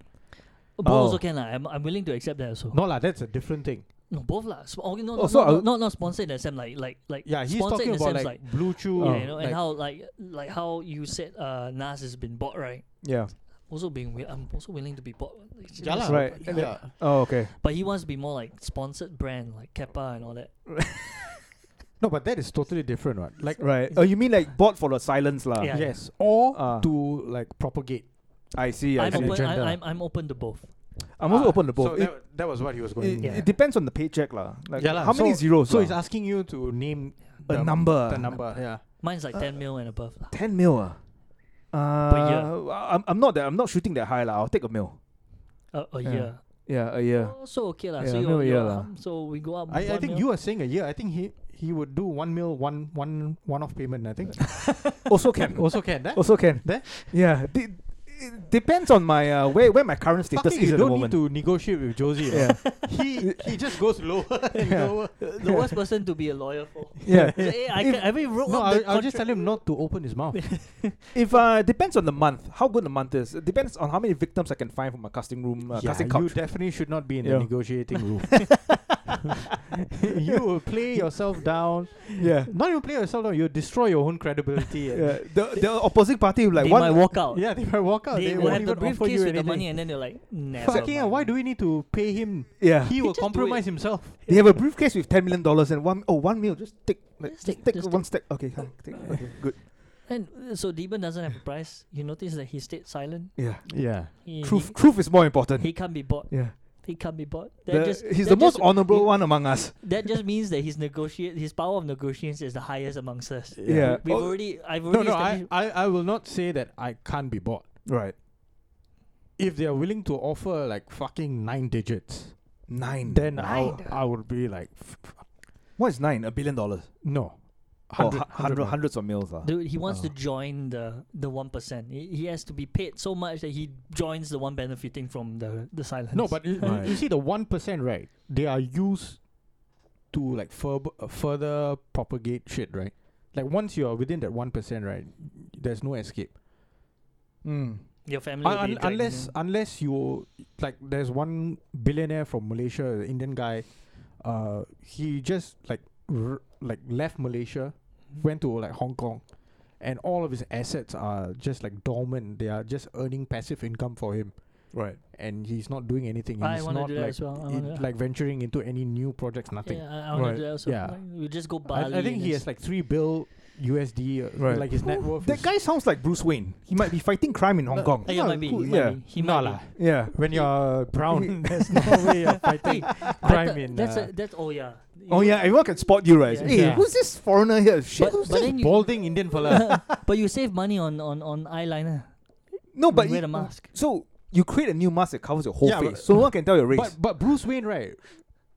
Speaker 2: Both also
Speaker 1: Oh.
Speaker 2: can lah. I'm, I'm willing to accept that also.
Speaker 3: No lah, that's a different thing.
Speaker 2: No, both lah. Sp- okay, no, no,
Speaker 1: Oh, so
Speaker 2: no,
Speaker 1: I'll-
Speaker 2: no, not not sponsored in the sense like like like
Speaker 3: Yeah, he's
Speaker 2: sponsored
Speaker 3: talking
Speaker 2: in the
Speaker 3: about
Speaker 2: sense
Speaker 3: like,
Speaker 2: like,
Speaker 3: blue chew.
Speaker 2: yeah, you know, and
Speaker 3: like-
Speaker 2: how like like how you said uh Nas has been bought right.
Speaker 1: Yeah.
Speaker 2: Also being wi- I'm also willing to be bought. It's
Speaker 3: Yeah
Speaker 2: just-
Speaker 3: lah,
Speaker 1: Right.
Speaker 3: yeah.
Speaker 1: Oh, okay.
Speaker 2: But he wants to be more like sponsored brand like Kappa and all that.
Speaker 3: No, but that is totally different, right? Like
Speaker 1: Right. Oh, you mean like bought for the silence lah?
Speaker 2: Yeah.
Speaker 3: yes, or
Speaker 1: Ah.
Speaker 3: to like propagate.
Speaker 1: I see. I
Speaker 2: I'm
Speaker 1: see.
Speaker 2: open.
Speaker 3: agenda.
Speaker 2: I, I'm I'm open to both.
Speaker 1: I'm also
Speaker 3: Ah,
Speaker 1: open to both.
Speaker 3: So
Speaker 1: It-
Speaker 3: that, that was what he was
Speaker 1: it,
Speaker 3: going.
Speaker 2: Yeah.
Speaker 1: it depends on the paycheck lah. Like
Speaker 3: Yeah lah,
Speaker 1: how many
Speaker 3: so-
Speaker 1: zeros?
Speaker 3: So uh,
Speaker 1: lah?
Speaker 3: he's asking you to name
Speaker 1: a
Speaker 3: the-
Speaker 1: number.
Speaker 3: The number, yeah.
Speaker 2: Mine's like
Speaker 1: Uh,
Speaker 2: 10 mil and above. lah.
Speaker 1: Ten mil ah. Uh,
Speaker 2: year.
Speaker 1: I'm, I'm not that I'm not shooting that high lah. I'll take a mil.
Speaker 2: A, uh, a
Speaker 1: yeah.
Speaker 2: year.
Speaker 1: Yeah, a year.
Speaker 2: Oh, so okay lah.
Speaker 1: Yeah,
Speaker 2: so
Speaker 1: mil
Speaker 2: you're,
Speaker 1: a
Speaker 2: you're
Speaker 1: year lah.
Speaker 2: um, so we go up.
Speaker 3: I, I
Speaker 2: one
Speaker 3: think
Speaker 2: mil.
Speaker 3: you are saying a year. I think he he would do one mil, one one one off payment. I think
Speaker 1: also can.
Speaker 3: <laughs> also can. That
Speaker 1: Also can.
Speaker 3: There?
Speaker 1: Yeah. De- it depends on my uh, where where my current status
Speaker 3: Fucking you
Speaker 1: is at the
Speaker 3: don't
Speaker 1: moment.
Speaker 3: need to negotiate with Josie. you know.
Speaker 1: yeah.
Speaker 3: <laughs> he he just goes lower. <laughs> and
Speaker 1: Yeah.
Speaker 3: lower. <laughs>
Speaker 2: the worst person to be a lawyer for.
Speaker 1: <laughs> Yeah.
Speaker 2: So, eh, I
Speaker 1: If-
Speaker 2: can, have we wrote
Speaker 3: No,
Speaker 2: up the
Speaker 3: I'll, I'll just
Speaker 2: contract?
Speaker 3: tell him not to open his <laughs> mouth.
Speaker 1: If uh depends on the month, how good the month is. It depends on how many victims I can find from my casting room, uh,
Speaker 3: yeah,
Speaker 1: casting
Speaker 3: you
Speaker 1: couch.
Speaker 3: definitely should not be in
Speaker 1: Yeah.
Speaker 3: the negotiating <laughs> room. you will play yourself down.
Speaker 1: yeah.
Speaker 3: Not even play yourself down. You destroy your own credibility. and-
Speaker 1: Yeah. The the opposing party will be like
Speaker 2: they
Speaker 1: one
Speaker 2: might walk out.
Speaker 3: <laughs> Yeah, they might walk out. They,
Speaker 2: they, will
Speaker 3: won't
Speaker 2: have the
Speaker 3: even offer
Speaker 2: briefcase
Speaker 3: you
Speaker 2: with the
Speaker 3: anything.
Speaker 2: money and then they're like, <laughs> never.
Speaker 3: Fucking hell,
Speaker 2: mind.
Speaker 3: why do we need to pay him?
Speaker 1: Yeah.
Speaker 3: He will
Speaker 2: just do
Speaker 3: compromise
Speaker 2: it.
Speaker 3: himself.
Speaker 1: They have a briefcase with ten million dollars and one oh one mil. Just take, like,
Speaker 2: Just
Speaker 1: just,
Speaker 2: take-
Speaker 1: take,
Speaker 2: just
Speaker 1: one step. Okay, fine, take, okay, good.
Speaker 2: And uh, so Deben doesn't have a price. You notice that he stayed silent.
Speaker 1: Yeah,
Speaker 3: Yeah.
Speaker 2: He,
Speaker 1: truth, truth is more
Speaker 2: He,
Speaker 1: important.
Speaker 2: he can't be bought.
Speaker 1: yeah,
Speaker 2: He can't be bought. That
Speaker 1: The-
Speaker 2: just,
Speaker 1: he's
Speaker 2: that
Speaker 1: the most
Speaker 2: just-
Speaker 1: honorable
Speaker 2: he-
Speaker 1: one among us.
Speaker 2: That just means that his negotiate his power of negotiations is the highest amongst us.
Speaker 1: Yeah,
Speaker 2: We've
Speaker 1: Oh,
Speaker 2: already, I've
Speaker 3: No,
Speaker 2: already
Speaker 3: no, I,
Speaker 2: established-
Speaker 3: I, I will not say that I can't be bought.
Speaker 1: right.
Speaker 3: If they are willing to offer like fucking nine digits,
Speaker 1: Nine.
Speaker 3: then
Speaker 5: Nine.
Speaker 3: I I would be like, f- f-
Speaker 1: what is nine? A billion dollars.
Speaker 3: no.
Speaker 1: Oh,
Speaker 3: 100,
Speaker 1: hu- hundred,
Speaker 3: million.
Speaker 1: hundreds of ah. mils. lah.
Speaker 2: Dude, he wants to
Speaker 3: Oh.
Speaker 2: join the the one percent. He, he has to be paid so much that he joins the one benefiting from the the silence.
Speaker 3: No, but you,
Speaker 1: Right.
Speaker 3: you see the one percent, right? They are used to like furb- uh, further propagate shit, right? Like once you are within that one percent, right? There's no escape.
Speaker 1: Mm.
Speaker 2: your family
Speaker 3: Un-
Speaker 2: will be
Speaker 3: un-
Speaker 2: dragged
Speaker 3: unless
Speaker 2: in.
Speaker 3: unless you like, there's one billionaire from Malaysia, the Indian guy. Uh, he just like r- like left Malaysia,
Speaker 2: Mm-hmm.
Speaker 3: went to like Hong Kong, and all of his assets are just like dormant. They are just earning passive income for him.
Speaker 1: Right.
Speaker 3: and he's not doing anything.
Speaker 2: I
Speaker 3: He's
Speaker 2: wanna
Speaker 3: not
Speaker 2: do that
Speaker 3: like,
Speaker 2: as well. I
Speaker 3: in-
Speaker 2: wanna-
Speaker 3: like venturing into any new projects. Nothing.
Speaker 2: Yeah, I, I want
Speaker 1: Right.
Speaker 2: to do that also.
Speaker 3: Yeah.
Speaker 2: Like, we just go Bali.
Speaker 3: I, I think
Speaker 2: and
Speaker 3: he
Speaker 2: it's-
Speaker 3: has like three bill USD. uh,
Speaker 1: Right.
Speaker 3: Like his net worth.
Speaker 1: That
Speaker 3: is-
Speaker 1: guy sounds like Bruce Wayne. He might be fighting crime in Hong
Speaker 3: No.
Speaker 1: Kong.
Speaker 2: Ah, yeah,
Speaker 3: No,
Speaker 2: might be.
Speaker 1: who-
Speaker 2: He might
Speaker 1: yeah.
Speaker 2: be. He
Speaker 3: No
Speaker 2: might
Speaker 3: lah.
Speaker 2: be.
Speaker 1: Yeah.
Speaker 3: When you're brown, there's no way
Speaker 2: <laughs>
Speaker 3: you're fighting
Speaker 2: I
Speaker 3: crime
Speaker 2: thought-
Speaker 3: in.
Speaker 2: That's
Speaker 3: uh,
Speaker 2: a, that's oh yeah. You
Speaker 1: Oh
Speaker 2: know- <laughs>
Speaker 1: yeah, everyone can spot you, right?
Speaker 2: Yeah.
Speaker 1: Hey,
Speaker 3: Yeah.
Speaker 1: who's this foreigner here? Shit.
Speaker 2: But,
Speaker 1: who's
Speaker 2: but
Speaker 1: this?
Speaker 2: then you,
Speaker 3: balding Indian fella.
Speaker 2: but you save money on on on eyeliner.
Speaker 1: no, but
Speaker 2: you wear
Speaker 1: you-
Speaker 2: the mask.
Speaker 1: So you create a new mask that covers your whole
Speaker 3: Yeah,
Speaker 1: face,
Speaker 3: but-
Speaker 1: so no one can tell your race.
Speaker 3: but but Bruce Wayne, right,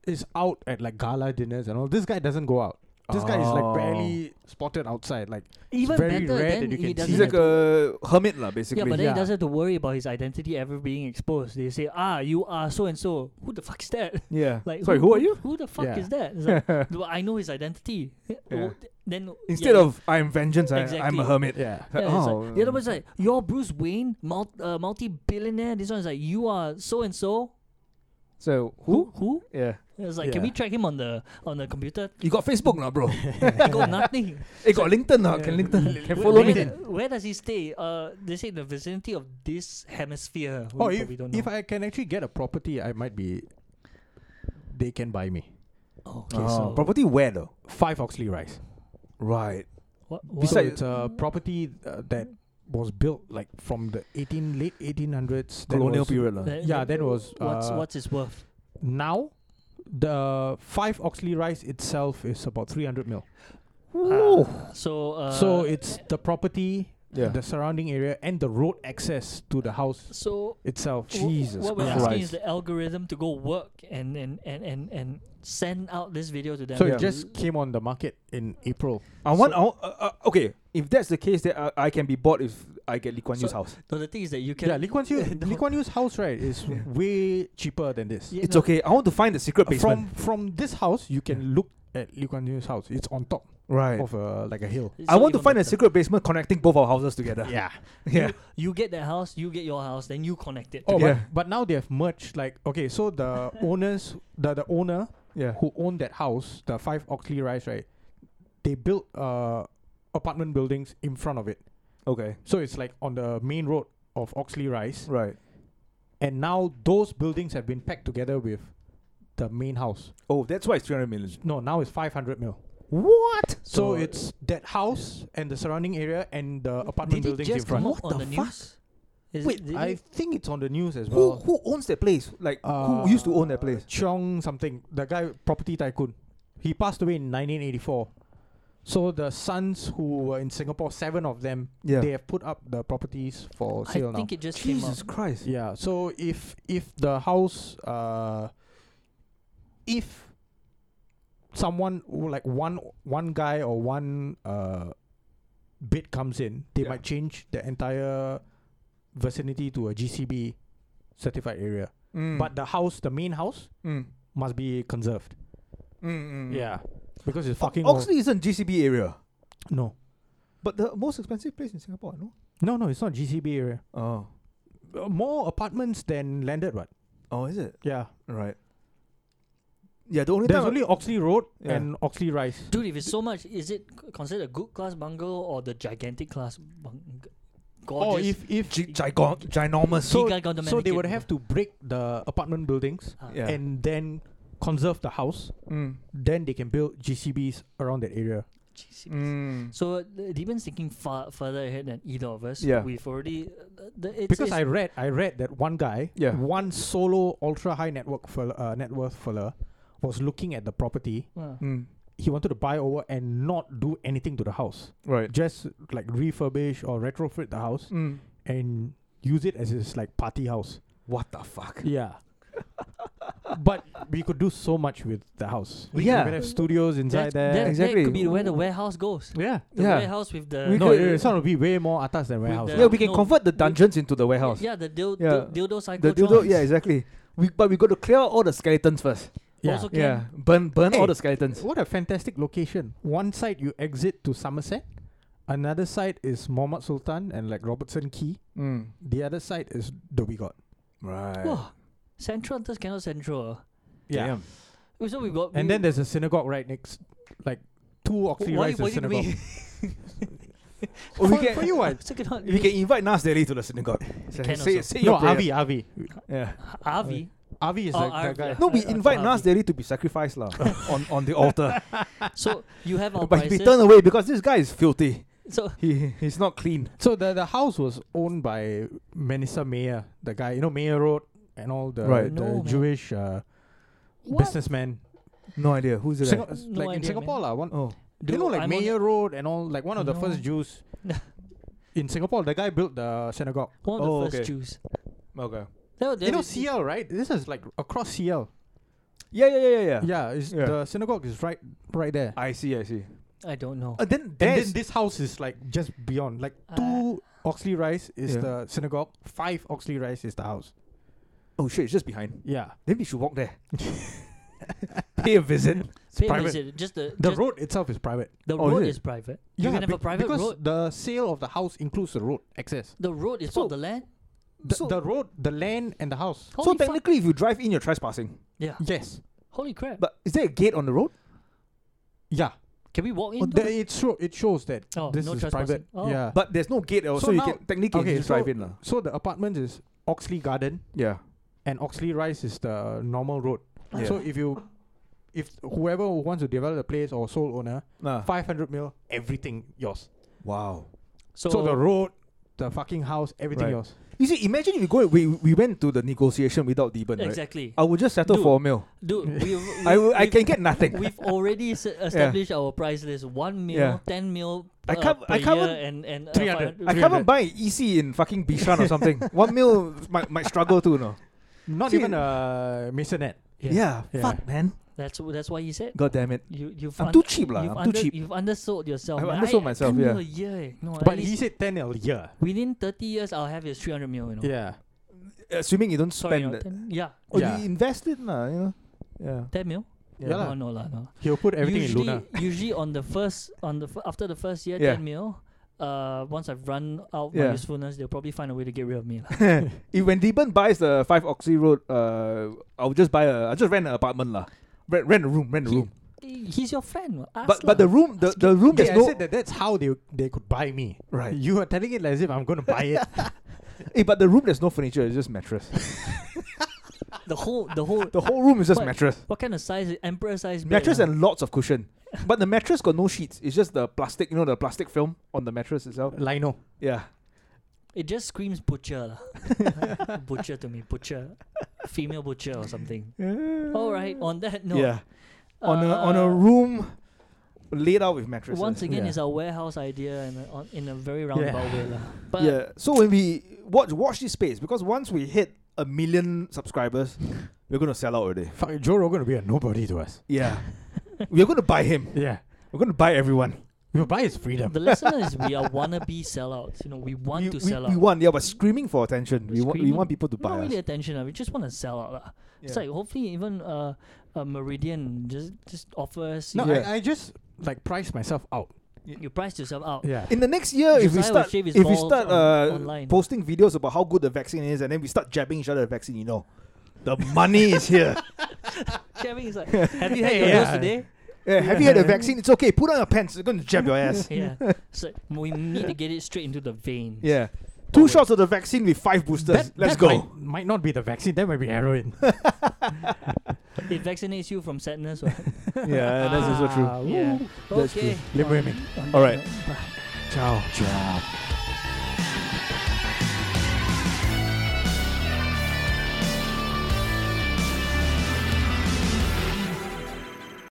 Speaker 3: is out at like gala dinners and all. This guy doesn't go out. This guy is
Speaker 1: Oh.
Speaker 3: like barely spotted outside. Like
Speaker 2: Even
Speaker 3: very
Speaker 2: better,
Speaker 3: rare
Speaker 2: then
Speaker 3: that you
Speaker 2: he
Speaker 3: can
Speaker 2: doesn't
Speaker 1: He's
Speaker 2: have
Speaker 1: like
Speaker 2: to
Speaker 1: a hermit, lah,
Speaker 2: Yeah,
Speaker 1: basically.
Speaker 2: but then
Speaker 3: yeah.
Speaker 2: he doesn't have to worry about his identity ever being exposed. They say, ah, you are so and so. Who the fuck's that? <laughs>
Speaker 1: Yeah.
Speaker 2: Like,
Speaker 1: Sorry, who are you?
Speaker 2: Who the fuck
Speaker 3: Yeah.
Speaker 2: is that? It's like, "Well, I know his identity. <laughs> Well, th- Then
Speaker 1: Instead
Speaker 2: yeah,
Speaker 1: of I'm vengeance, I, I'm
Speaker 2: Exactly.
Speaker 1: a hermit.
Speaker 3: yeah,
Speaker 2: yeah, it's like-
Speaker 1: oh.
Speaker 2: the other one's like, you're Bruce Wayne, mul- uh, multi-billionaire. This one's like, you are so and so.
Speaker 1: So who?
Speaker 2: Who?
Speaker 1: Yeah.
Speaker 2: It's like, can
Speaker 3: Yeah.
Speaker 2: we track him on the on the computer?
Speaker 1: You got Facebook now,
Speaker 3: <laughs>
Speaker 1: bro.
Speaker 3: Oh,
Speaker 2: I got nothing.
Speaker 1: Hey, Eh, got LinkedIn now. Can LinkedIn can follow
Speaker 2: where,
Speaker 1: me.
Speaker 2: Where does he stay? Uh, they say in the vicinity of this hemisphere.
Speaker 3: Oh,
Speaker 2: We
Speaker 3: if,
Speaker 2: probably don't
Speaker 3: if
Speaker 2: know.
Speaker 3: I can actually get a property, I might be. They can buy me
Speaker 2: okay,
Speaker 1: Oh,
Speaker 2: so
Speaker 1: property where though?
Speaker 3: five Oxley Rise.
Speaker 1: Right.
Speaker 2: what, what-
Speaker 3: So it's a property uh, that was built like from the eighteen late eighteen hundreds
Speaker 1: Colonial period lah.
Speaker 2: Then-
Speaker 3: Yeah,
Speaker 2: then
Speaker 3: that was,
Speaker 2: what's
Speaker 3: uh,
Speaker 2: what's his worth?
Speaker 3: Now, the five Oxley Rise itself is about three hundred mil.
Speaker 1: Ooh.
Speaker 2: So uh,
Speaker 3: so it's the property,
Speaker 1: Yeah.
Speaker 3: the surrounding area, and the road access to the house
Speaker 2: so
Speaker 3: itself.
Speaker 2: wh- What we're asking is
Speaker 1: Christ.
Speaker 2: the algorithm to go work and and and and, and send out this video to them.
Speaker 3: So
Speaker 1: Yeah.
Speaker 3: it just came on the market in April.
Speaker 1: I want. I want- uh, uh, okay, if that's the case, then I, I can be bought if I get Lee Kuan Yew's
Speaker 2: So-
Speaker 1: house.
Speaker 2: No, the thing is that you can.
Speaker 3: yeah, Lee Kuan Yew,
Speaker 2: <laughs> No.
Speaker 3: Lee Kuan Yew's house right is way cheaper than this.
Speaker 2: Yeah,
Speaker 1: It's
Speaker 2: no,
Speaker 1: okay. I want to find the secret basement.
Speaker 3: From from this house, you can look at Lee Kuan Yew's house. It's on top
Speaker 1: right.
Speaker 3: of a like a hill.
Speaker 2: it's
Speaker 1: I
Speaker 2: not
Speaker 1: want to
Speaker 2: even
Speaker 1: find a
Speaker 2: better.
Speaker 1: secret basement connecting both our houses together.
Speaker 3: Yeah.
Speaker 1: Yeah.
Speaker 2: You get that house, you get your house, then you connect it.
Speaker 3: Oh, but,
Speaker 1: Yeah.
Speaker 3: but now they have merged. Like, okay, so the owners, the the owner
Speaker 1: Yeah.
Speaker 3: who owned that house, the five Oxley Rise, right? They built uh apartment buildings in front of it.
Speaker 1: Okay.
Speaker 3: So it's like on the main road of Oxley Rise,
Speaker 1: Right.
Speaker 3: and now those buildings have been packed together with the main house.
Speaker 1: Oh, that's why it's 300 million.
Speaker 3: No, now it's five hundred mil.
Speaker 1: What?
Speaker 3: So,
Speaker 2: So-
Speaker 3: it's that house and the surrounding area and the apartment
Speaker 2: Did it
Speaker 3: buildings in
Speaker 2: just come
Speaker 3: front.
Speaker 2: up
Speaker 1: What
Speaker 2: on
Speaker 1: the
Speaker 2: the
Speaker 1: fuck?
Speaker 2: news? Is
Speaker 1: Wait,
Speaker 2: it, did
Speaker 3: I
Speaker 2: it-
Speaker 3: think it's on the news as
Speaker 1: Who,
Speaker 3: well.
Speaker 1: who owns that place? Like,
Speaker 3: Uh,
Speaker 1: who used to own that place?
Speaker 3: Cheong something. The guy, property tycoon. He passed away in 1984. So the sons who were in Singapore, seven of them,
Speaker 1: Yeah.
Speaker 3: they have put up the properties for
Speaker 2: I
Speaker 3: sale now.
Speaker 2: think it just came up.
Speaker 1: Jesus Christ.
Speaker 3: yeah. So if if the house, uh, if someone who like one one guy or one uh bid comes in, they
Speaker 1: Yeah.
Speaker 3: might change the entire vicinity to a GCB certified area.
Speaker 1: Mm,
Speaker 3: But the house, the main house,
Speaker 1: mm,
Speaker 3: must be conserved.
Speaker 1: mm, mm.
Speaker 3: Because it's fucking old.
Speaker 1: Oxley isn't GCB area,
Speaker 3: No.
Speaker 1: but the most expensive place in Singapore, no?
Speaker 3: No, no, it's not GCB area.
Speaker 1: Oh.
Speaker 3: Uh, More apartments than landed, what?
Speaker 1: Oh, is it?
Speaker 3: Yeah.
Speaker 1: Right. Yeah, the only
Speaker 3: There's
Speaker 1: time.
Speaker 3: only Oxley Road
Speaker 1: Yeah.
Speaker 3: and Oxley Rise.
Speaker 2: Dude, if it's so much, is it c- considered a good class bungalow or the gigantic class bung-
Speaker 3: Or
Speaker 2: gorgeous?
Speaker 3: Oh, if if
Speaker 1: Oh, G- gigon- ginormous.
Speaker 3: so,
Speaker 2: gigantic
Speaker 3: so they would
Speaker 2: mannequin.
Speaker 3: have to break the apartment buildings
Speaker 2: Ah.
Speaker 1: Yeah.
Speaker 3: and then conserve the house.
Speaker 1: Mm.
Speaker 3: Then they can build GCBs around that area.
Speaker 2: GCBs.
Speaker 1: Mm.
Speaker 2: So uh, Deepan's thinking far further ahead than either of us.
Speaker 1: Yeah.
Speaker 2: we've already. Uh, the, it's,
Speaker 3: because
Speaker 2: it's-
Speaker 3: I read, I read that one guy,
Speaker 1: Yeah.
Speaker 3: one solo ultra high network fella, uh, net worth fella, was looking at the property
Speaker 2: Uh,
Speaker 1: Mm.
Speaker 3: he wanted to buy over and not do anything to the house.
Speaker 1: Right.
Speaker 3: Just like refurbish or retrofit the house
Speaker 1: Mm.
Speaker 3: and use it as his like party house.
Speaker 1: What the fuck?
Speaker 3: Yeah. <laughs> but we could do so much with the house. We
Speaker 1: Yeah.
Speaker 3: could have studios inside
Speaker 2: that,
Speaker 3: there.
Speaker 2: that,
Speaker 1: Exactly.
Speaker 2: that could be where the warehouse goes.
Speaker 3: yeah.
Speaker 2: The
Speaker 1: Yeah.
Speaker 2: warehouse with the
Speaker 1: We
Speaker 3: no,
Speaker 1: could-
Speaker 3: it's going to be way more atas than warehouse.
Speaker 2: the-
Speaker 1: Yeah, we can
Speaker 2: No,
Speaker 1: convert the
Speaker 2: we-
Speaker 1: dungeons into the warehouse.
Speaker 2: yeah the dil-
Speaker 1: Yeah.
Speaker 2: dil- dildo cycle.
Speaker 1: The dildo, yeah, exactly. We, but we got to clear out all the skeletons first.
Speaker 3: Yeah.
Speaker 2: Also can
Speaker 1: Yeah, burn, burn all
Speaker 3: Hey.
Speaker 1: the skeletons.
Speaker 3: What a fantastic location. One side you exit to Somerset, another side is Mohammed Sultan and like Robertson Quay.
Speaker 1: Mm.
Speaker 3: The other side is Dhoby Ghaut.
Speaker 1: Right.
Speaker 2: Whoa, central just cannot central.
Speaker 3: Yeah.
Speaker 1: Damn.
Speaker 2: Uh, So we've got.
Speaker 3: And then there's a synagogue right next, like two Oxley
Speaker 2: why,
Speaker 3: Rise
Speaker 2: why did <laughs>
Speaker 3: synagogue.
Speaker 2: we? <laughs>
Speaker 1: Or Oh, we
Speaker 3: For-
Speaker 1: can,
Speaker 3: for you, what?
Speaker 2: Second hand.
Speaker 1: we can invite Nas Daily to the synagogue. Say,
Speaker 2: can
Speaker 1: say,
Speaker 2: also.
Speaker 1: say
Speaker 3: no,
Speaker 1: your prayer.
Speaker 3: Avi, Avi,
Speaker 1: Yeah.
Speaker 2: Avi.
Speaker 3: <laughs> Avi is
Speaker 2: Oh,
Speaker 3: like
Speaker 2: Avi,
Speaker 3: the guy.
Speaker 2: yeah.
Speaker 1: No, we
Speaker 2: <laughs> I- I
Speaker 1: invite
Speaker 2: cannot
Speaker 1: Nas
Speaker 2: be.
Speaker 1: Daily to be sacrificed lah <laughs> on, on the altar.
Speaker 2: So you have our
Speaker 1: but he be
Speaker 2: prices.
Speaker 1: turned away because this guy is filthy.
Speaker 2: So
Speaker 1: He He's not clean.
Speaker 3: So the the house was owned by Manisa Mayer, the guy you know Mayer Road and all the
Speaker 1: Right.
Speaker 3: the
Speaker 2: No, man.
Speaker 3: Jewish uh,
Speaker 2: What?
Speaker 3: businessmen.
Speaker 1: No idea. Who's the guy?
Speaker 3: Singa-
Speaker 2: No
Speaker 3: like in
Speaker 2: idea,
Speaker 3: Singapore, lah. One
Speaker 1: Oh.
Speaker 3: you know
Speaker 2: Dude,
Speaker 3: like
Speaker 2: I'm only-
Speaker 3: Mayer Road and all like one of the first
Speaker 2: No. <laughs>
Speaker 3: Jews in Singapore. The guy built the synagogue.
Speaker 2: One of the
Speaker 1: Oh,
Speaker 2: first
Speaker 1: okay.
Speaker 2: Jews.
Speaker 1: Okay.
Speaker 2: That, wa- that
Speaker 1: uh,
Speaker 3: you know
Speaker 2: was-
Speaker 3: CL right? This is like across CL.
Speaker 1: Yeah, yeah, yeah, yeah, yeah.
Speaker 3: Yeah, it's,
Speaker 1: Yeah.
Speaker 3: the synagogue is right right there.
Speaker 1: I see, I see.
Speaker 2: I don't know.
Speaker 1: Uh, then
Speaker 3: and
Speaker 1: there's
Speaker 3: then this house is like just beyond. Like
Speaker 2: Uh,
Speaker 3: two Oxley Rice is
Speaker 1: Yeah.
Speaker 3: the synagogue. Five Oxley Rice is the house.
Speaker 1: oh shit, it's just behind.
Speaker 3: Yeah.
Speaker 1: Then we should walk
Speaker 3: <laughs>
Speaker 2: <laughs>
Speaker 1: there. Pay a visit.
Speaker 2: Pay
Speaker 3: private.
Speaker 2: visit. Just the
Speaker 3: The
Speaker 2: just
Speaker 3: road itself is private.
Speaker 2: The
Speaker 1: Oh, is
Speaker 2: road
Speaker 1: it?
Speaker 2: is private. You can have
Speaker 3: be-
Speaker 2: a private
Speaker 3: because
Speaker 2: road.
Speaker 3: the sale of the house includes the road access.
Speaker 2: The road is
Speaker 1: So-
Speaker 2: not the land.
Speaker 3: The,
Speaker 1: So-
Speaker 3: the road, the land, and the house.
Speaker 2: Holy
Speaker 1: so
Speaker 2: fuck.
Speaker 1: technically, if you drive in, you're trespassing.
Speaker 2: yeah.
Speaker 3: Yes.
Speaker 2: Holy crap!
Speaker 1: But is there a gate on the road?
Speaker 3: Yeah.
Speaker 2: Can we walk in?
Speaker 1: oh,
Speaker 3: Well,
Speaker 2: though?
Speaker 3: the, it show it shows that
Speaker 2: Oh,
Speaker 3: this
Speaker 2: no
Speaker 3: is private.
Speaker 2: trespassing. Oh.
Speaker 3: Yeah. But
Speaker 1: But there's no gate, so,
Speaker 3: So
Speaker 1: so you
Speaker 3: now-
Speaker 1: can technically you
Speaker 3: okay,
Speaker 1: can just
Speaker 3: so-
Speaker 1: drive in. lah.
Speaker 3: so the apartment is Oxley Garden
Speaker 1: Yeah.
Speaker 3: and Oxley Rise is the normal road.
Speaker 1: Yeah.
Speaker 3: So if you if whoever wants to develop the place or sole owner,
Speaker 1: Nah.
Speaker 3: five hundred mil, everything yours.
Speaker 1: Wow.
Speaker 2: so,
Speaker 3: So, the road, the fucking house, everything
Speaker 1: Right.
Speaker 3: yours.
Speaker 1: You see, imagine if we go we we went to the negotiation without Deben, right?
Speaker 2: exactly,
Speaker 1: I would just settle
Speaker 2: Dude.
Speaker 1: for a meal.
Speaker 2: dude.
Speaker 1: <laughs>
Speaker 2: We, we,
Speaker 1: I will- I
Speaker 2: we've-
Speaker 1: can get nothing.
Speaker 2: We've already
Speaker 1: <laughs>
Speaker 2: s- established our price list: one meal,
Speaker 1: Yeah.
Speaker 2: ten meal.
Speaker 1: I
Speaker 2: uh,
Speaker 1: can't-
Speaker 2: per
Speaker 1: I can't
Speaker 2: year
Speaker 1: even-
Speaker 2: and and uh,
Speaker 3: 300.
Speaker 2: 500.
Speaker 1: I can't even buy an EC in fucking Bishan or something. One meal might, might struggle too, no?
Speaker 3: Not
Speaker 1: See-
Speaker 3: even a masonette.
Speaker 2: Yeah.
Speaker 3: Yeah.
Speaker 1: Fuck, man.
Speaker 2: That's wh- that's why he said
Speaker 1: God damn it.
Speaker 2: you you've
Speaker 1: I'm
Speaker 2: un-
Speaker 1: too cheap lah.
Speaker 2: You've,
Speaker 1: I'm
Speaker 2: under,
Speaker 1: too cheap.
Speaker 2: you've undersold yourself.
Speaker 1: I've
Speaker 2: man.
Speaker 1: undersold
Speaker 2: I-
Speaker 1: myself,
Speaker 2: 10
Speaker 1: yeah.
Speaker 2: mil a year. eh. No, at
Speaker 3: But he
Speaker 2: least
Speaker 3: said ten a year.
Speaker 2: within thirty years, I'll have his three hundred mil. You know.
Speaker 3: Yeah.
Speaker 1: Assuming you don't
Speaker 2: Sorry,
Speaker 1: spend
Speaker 2: no,
Speaker 1: it.
Speaker 2: 10, yeah,
Speaker 1: Or
Speaker 3: Yeah.
Speaker 1: you invest it, lah, you know? Yeah.
Speaker 2: ten mil.
Speaker 3: Yeah.
Speaker 1: Yeah.
Speaker 3: lah.
Speaker 2: No, no, lah, no.
Speaker 3: He'll put everything
Speaker 2: usually,
Speaker 3: in Luna.
Speaker 2: usually on the first on the f- after the first year
Speaker 1: Yeah.
Speaker 2: ten mil, uh, once I've run out
Speaker 1: Yeah.
Speaker 2: my usefulness, they'll probably find a way to get rid of me. <laughs> lah.
Speaker 1: if when Deben buys the five Oxy Road, uh, I'll just buy a. I'll just rent an apartment lah. Rent, rent a room, rent a
Speaker 2: He-
Speaker 1: room.
Speaker 2: He's your friend. what? Ask
Speaker 1: But but the
Speaker 2: lah.
Speaker 1: room, the, the room
Speaker 3: Okay,
Speaker 1: there's
Speaker 3: I
Speaker 1: no
Speaker 3: said that that's how they they could buy me.
Speaker 1: right.
Speaker 3: You are telling it as if I'm gonna buy <laughs> it.
Speaker 1: Eh, but the room there's no furniture. It's just mattress.
Speaker 2: the whole the whole
Speaker 1: the whole room is just
Speaker 2: What?
Speaker 1: mattress,
Speaker 2: what kind of size? is- Emperor size. bed,
Speaker 1: mattress
Speaker 2: ah?
Speaker 1: and lots of cushion. But the mattress got no sheets. It's just the plastic, you know, the plastic film on the mattress itself.
Speaker 3: Lino.
Speaker 1: Yeah.
Speaker 2: it just screams butcher, <laughs> lah. butcher to me, butcher, female butcher or something. All right. On that note,
Speaker 1: Yeah. On a on a
Speaker 2: uh,
Speaker 1: room laid out with mattresses.
Speaker 2: Once again,
Speaker 1: yeah.
Speaker 2: it's our warehouse idea and on, in a very roundabout way, lah. But
Speaker 1: yeah. So when we watch watch this space because once we hit a million
Speaker 2: <laughs>
Speaker 1: subscribers, we're gonna sell out already.
Speaker 3: Fuck, Joe Rogan will be a nobody to us.
Speaker 1: Yeah. <laughs> we're gonna buy him.
Speaker 3: Yeah.
Speaker 1: We're gonna buy everyone.
Speaker 3: We'll buy his freedom.
Speaker 2: the lesson is we are wannabe sellouts. You know, we want
Speaker 1: we,
Speaker 2: to
Speaker 1: we,
Speaker 2: sell
Speaker 1: we
Speaker 2: out.
Speaker 1: want, yeah, but screaming for attention. We want, we
Speaker 2: Screaming.
Speaker 1: want people to buy
Speaker 2: not
Speaker 1: us.
Speaker 2: really attention. lah. We just want to sell out. lah. It's
Speaker 1: Yeah.
Speaker 2: like hopefully even uh, uh Meridian just just offers
Speaker 3: No,
Speaker 2: you,
Speaker 1: Yeah.
Speaker 3: I, I just like price myself out.
Speaker 2: you price yourself out. <laughs>
Speaker 3: Yeah.
Speaker 1: In the next year, if
Speaker 2: Josiah
Speaker 1: we
Speaker 2: will
Speaker 1: start,
Speaker 2: shave his
Speaker 1: if we
Speaker 2: balls
Speaker 1: start
Speaker 2: on-
Speaker 1: uh,
Speaker 2: online.
Speaker 1: posting videos about how good the vaccine is, and then we start jabbing each other the vaccine, you know, the money is
Speaker 2: <laughs>
Speaker 1: here.
Speaker 2: Kevin
Speaker 3: <laughs>
Speaker 2: is like, have you had your
Speaker 3: Yeah.
Speaker 2: dose
Speaker 3: <laughs>
Speaker 2: today?
Speaker 1: Yeah, have you had a vaccine? It's okay. Put on your pants. It's going to jab
Speaker 2: <laughs>
Speaker 1: your ass.
Speaker 2: Yeah. So we need to get it straight into the vein.
Speaker 1: Yeah. Two shots of the vaccine with five boosters.
Speaker 3: That-
Speaker 1: Let's
Speaker 3: that
Speaker 1: go.
Speaker 3: Might, might not be the vaccine. That might be heroin.
Speaker 2: It vaccinates you from sadness. Or
Speaker 1: <laughs> yeah, that's also true.
Speaker 3: Ah,
Speaker 2: yeah.
Speaker 1: That's
Speaker 2: Okay.
Speaker 3: Live with me.
Speaker 2: On
Speaker 1: All
Speaker 2: that
Speaker 1: right.
Speaker 2: note, bye.
Speaker 3: Ciao. Ciao.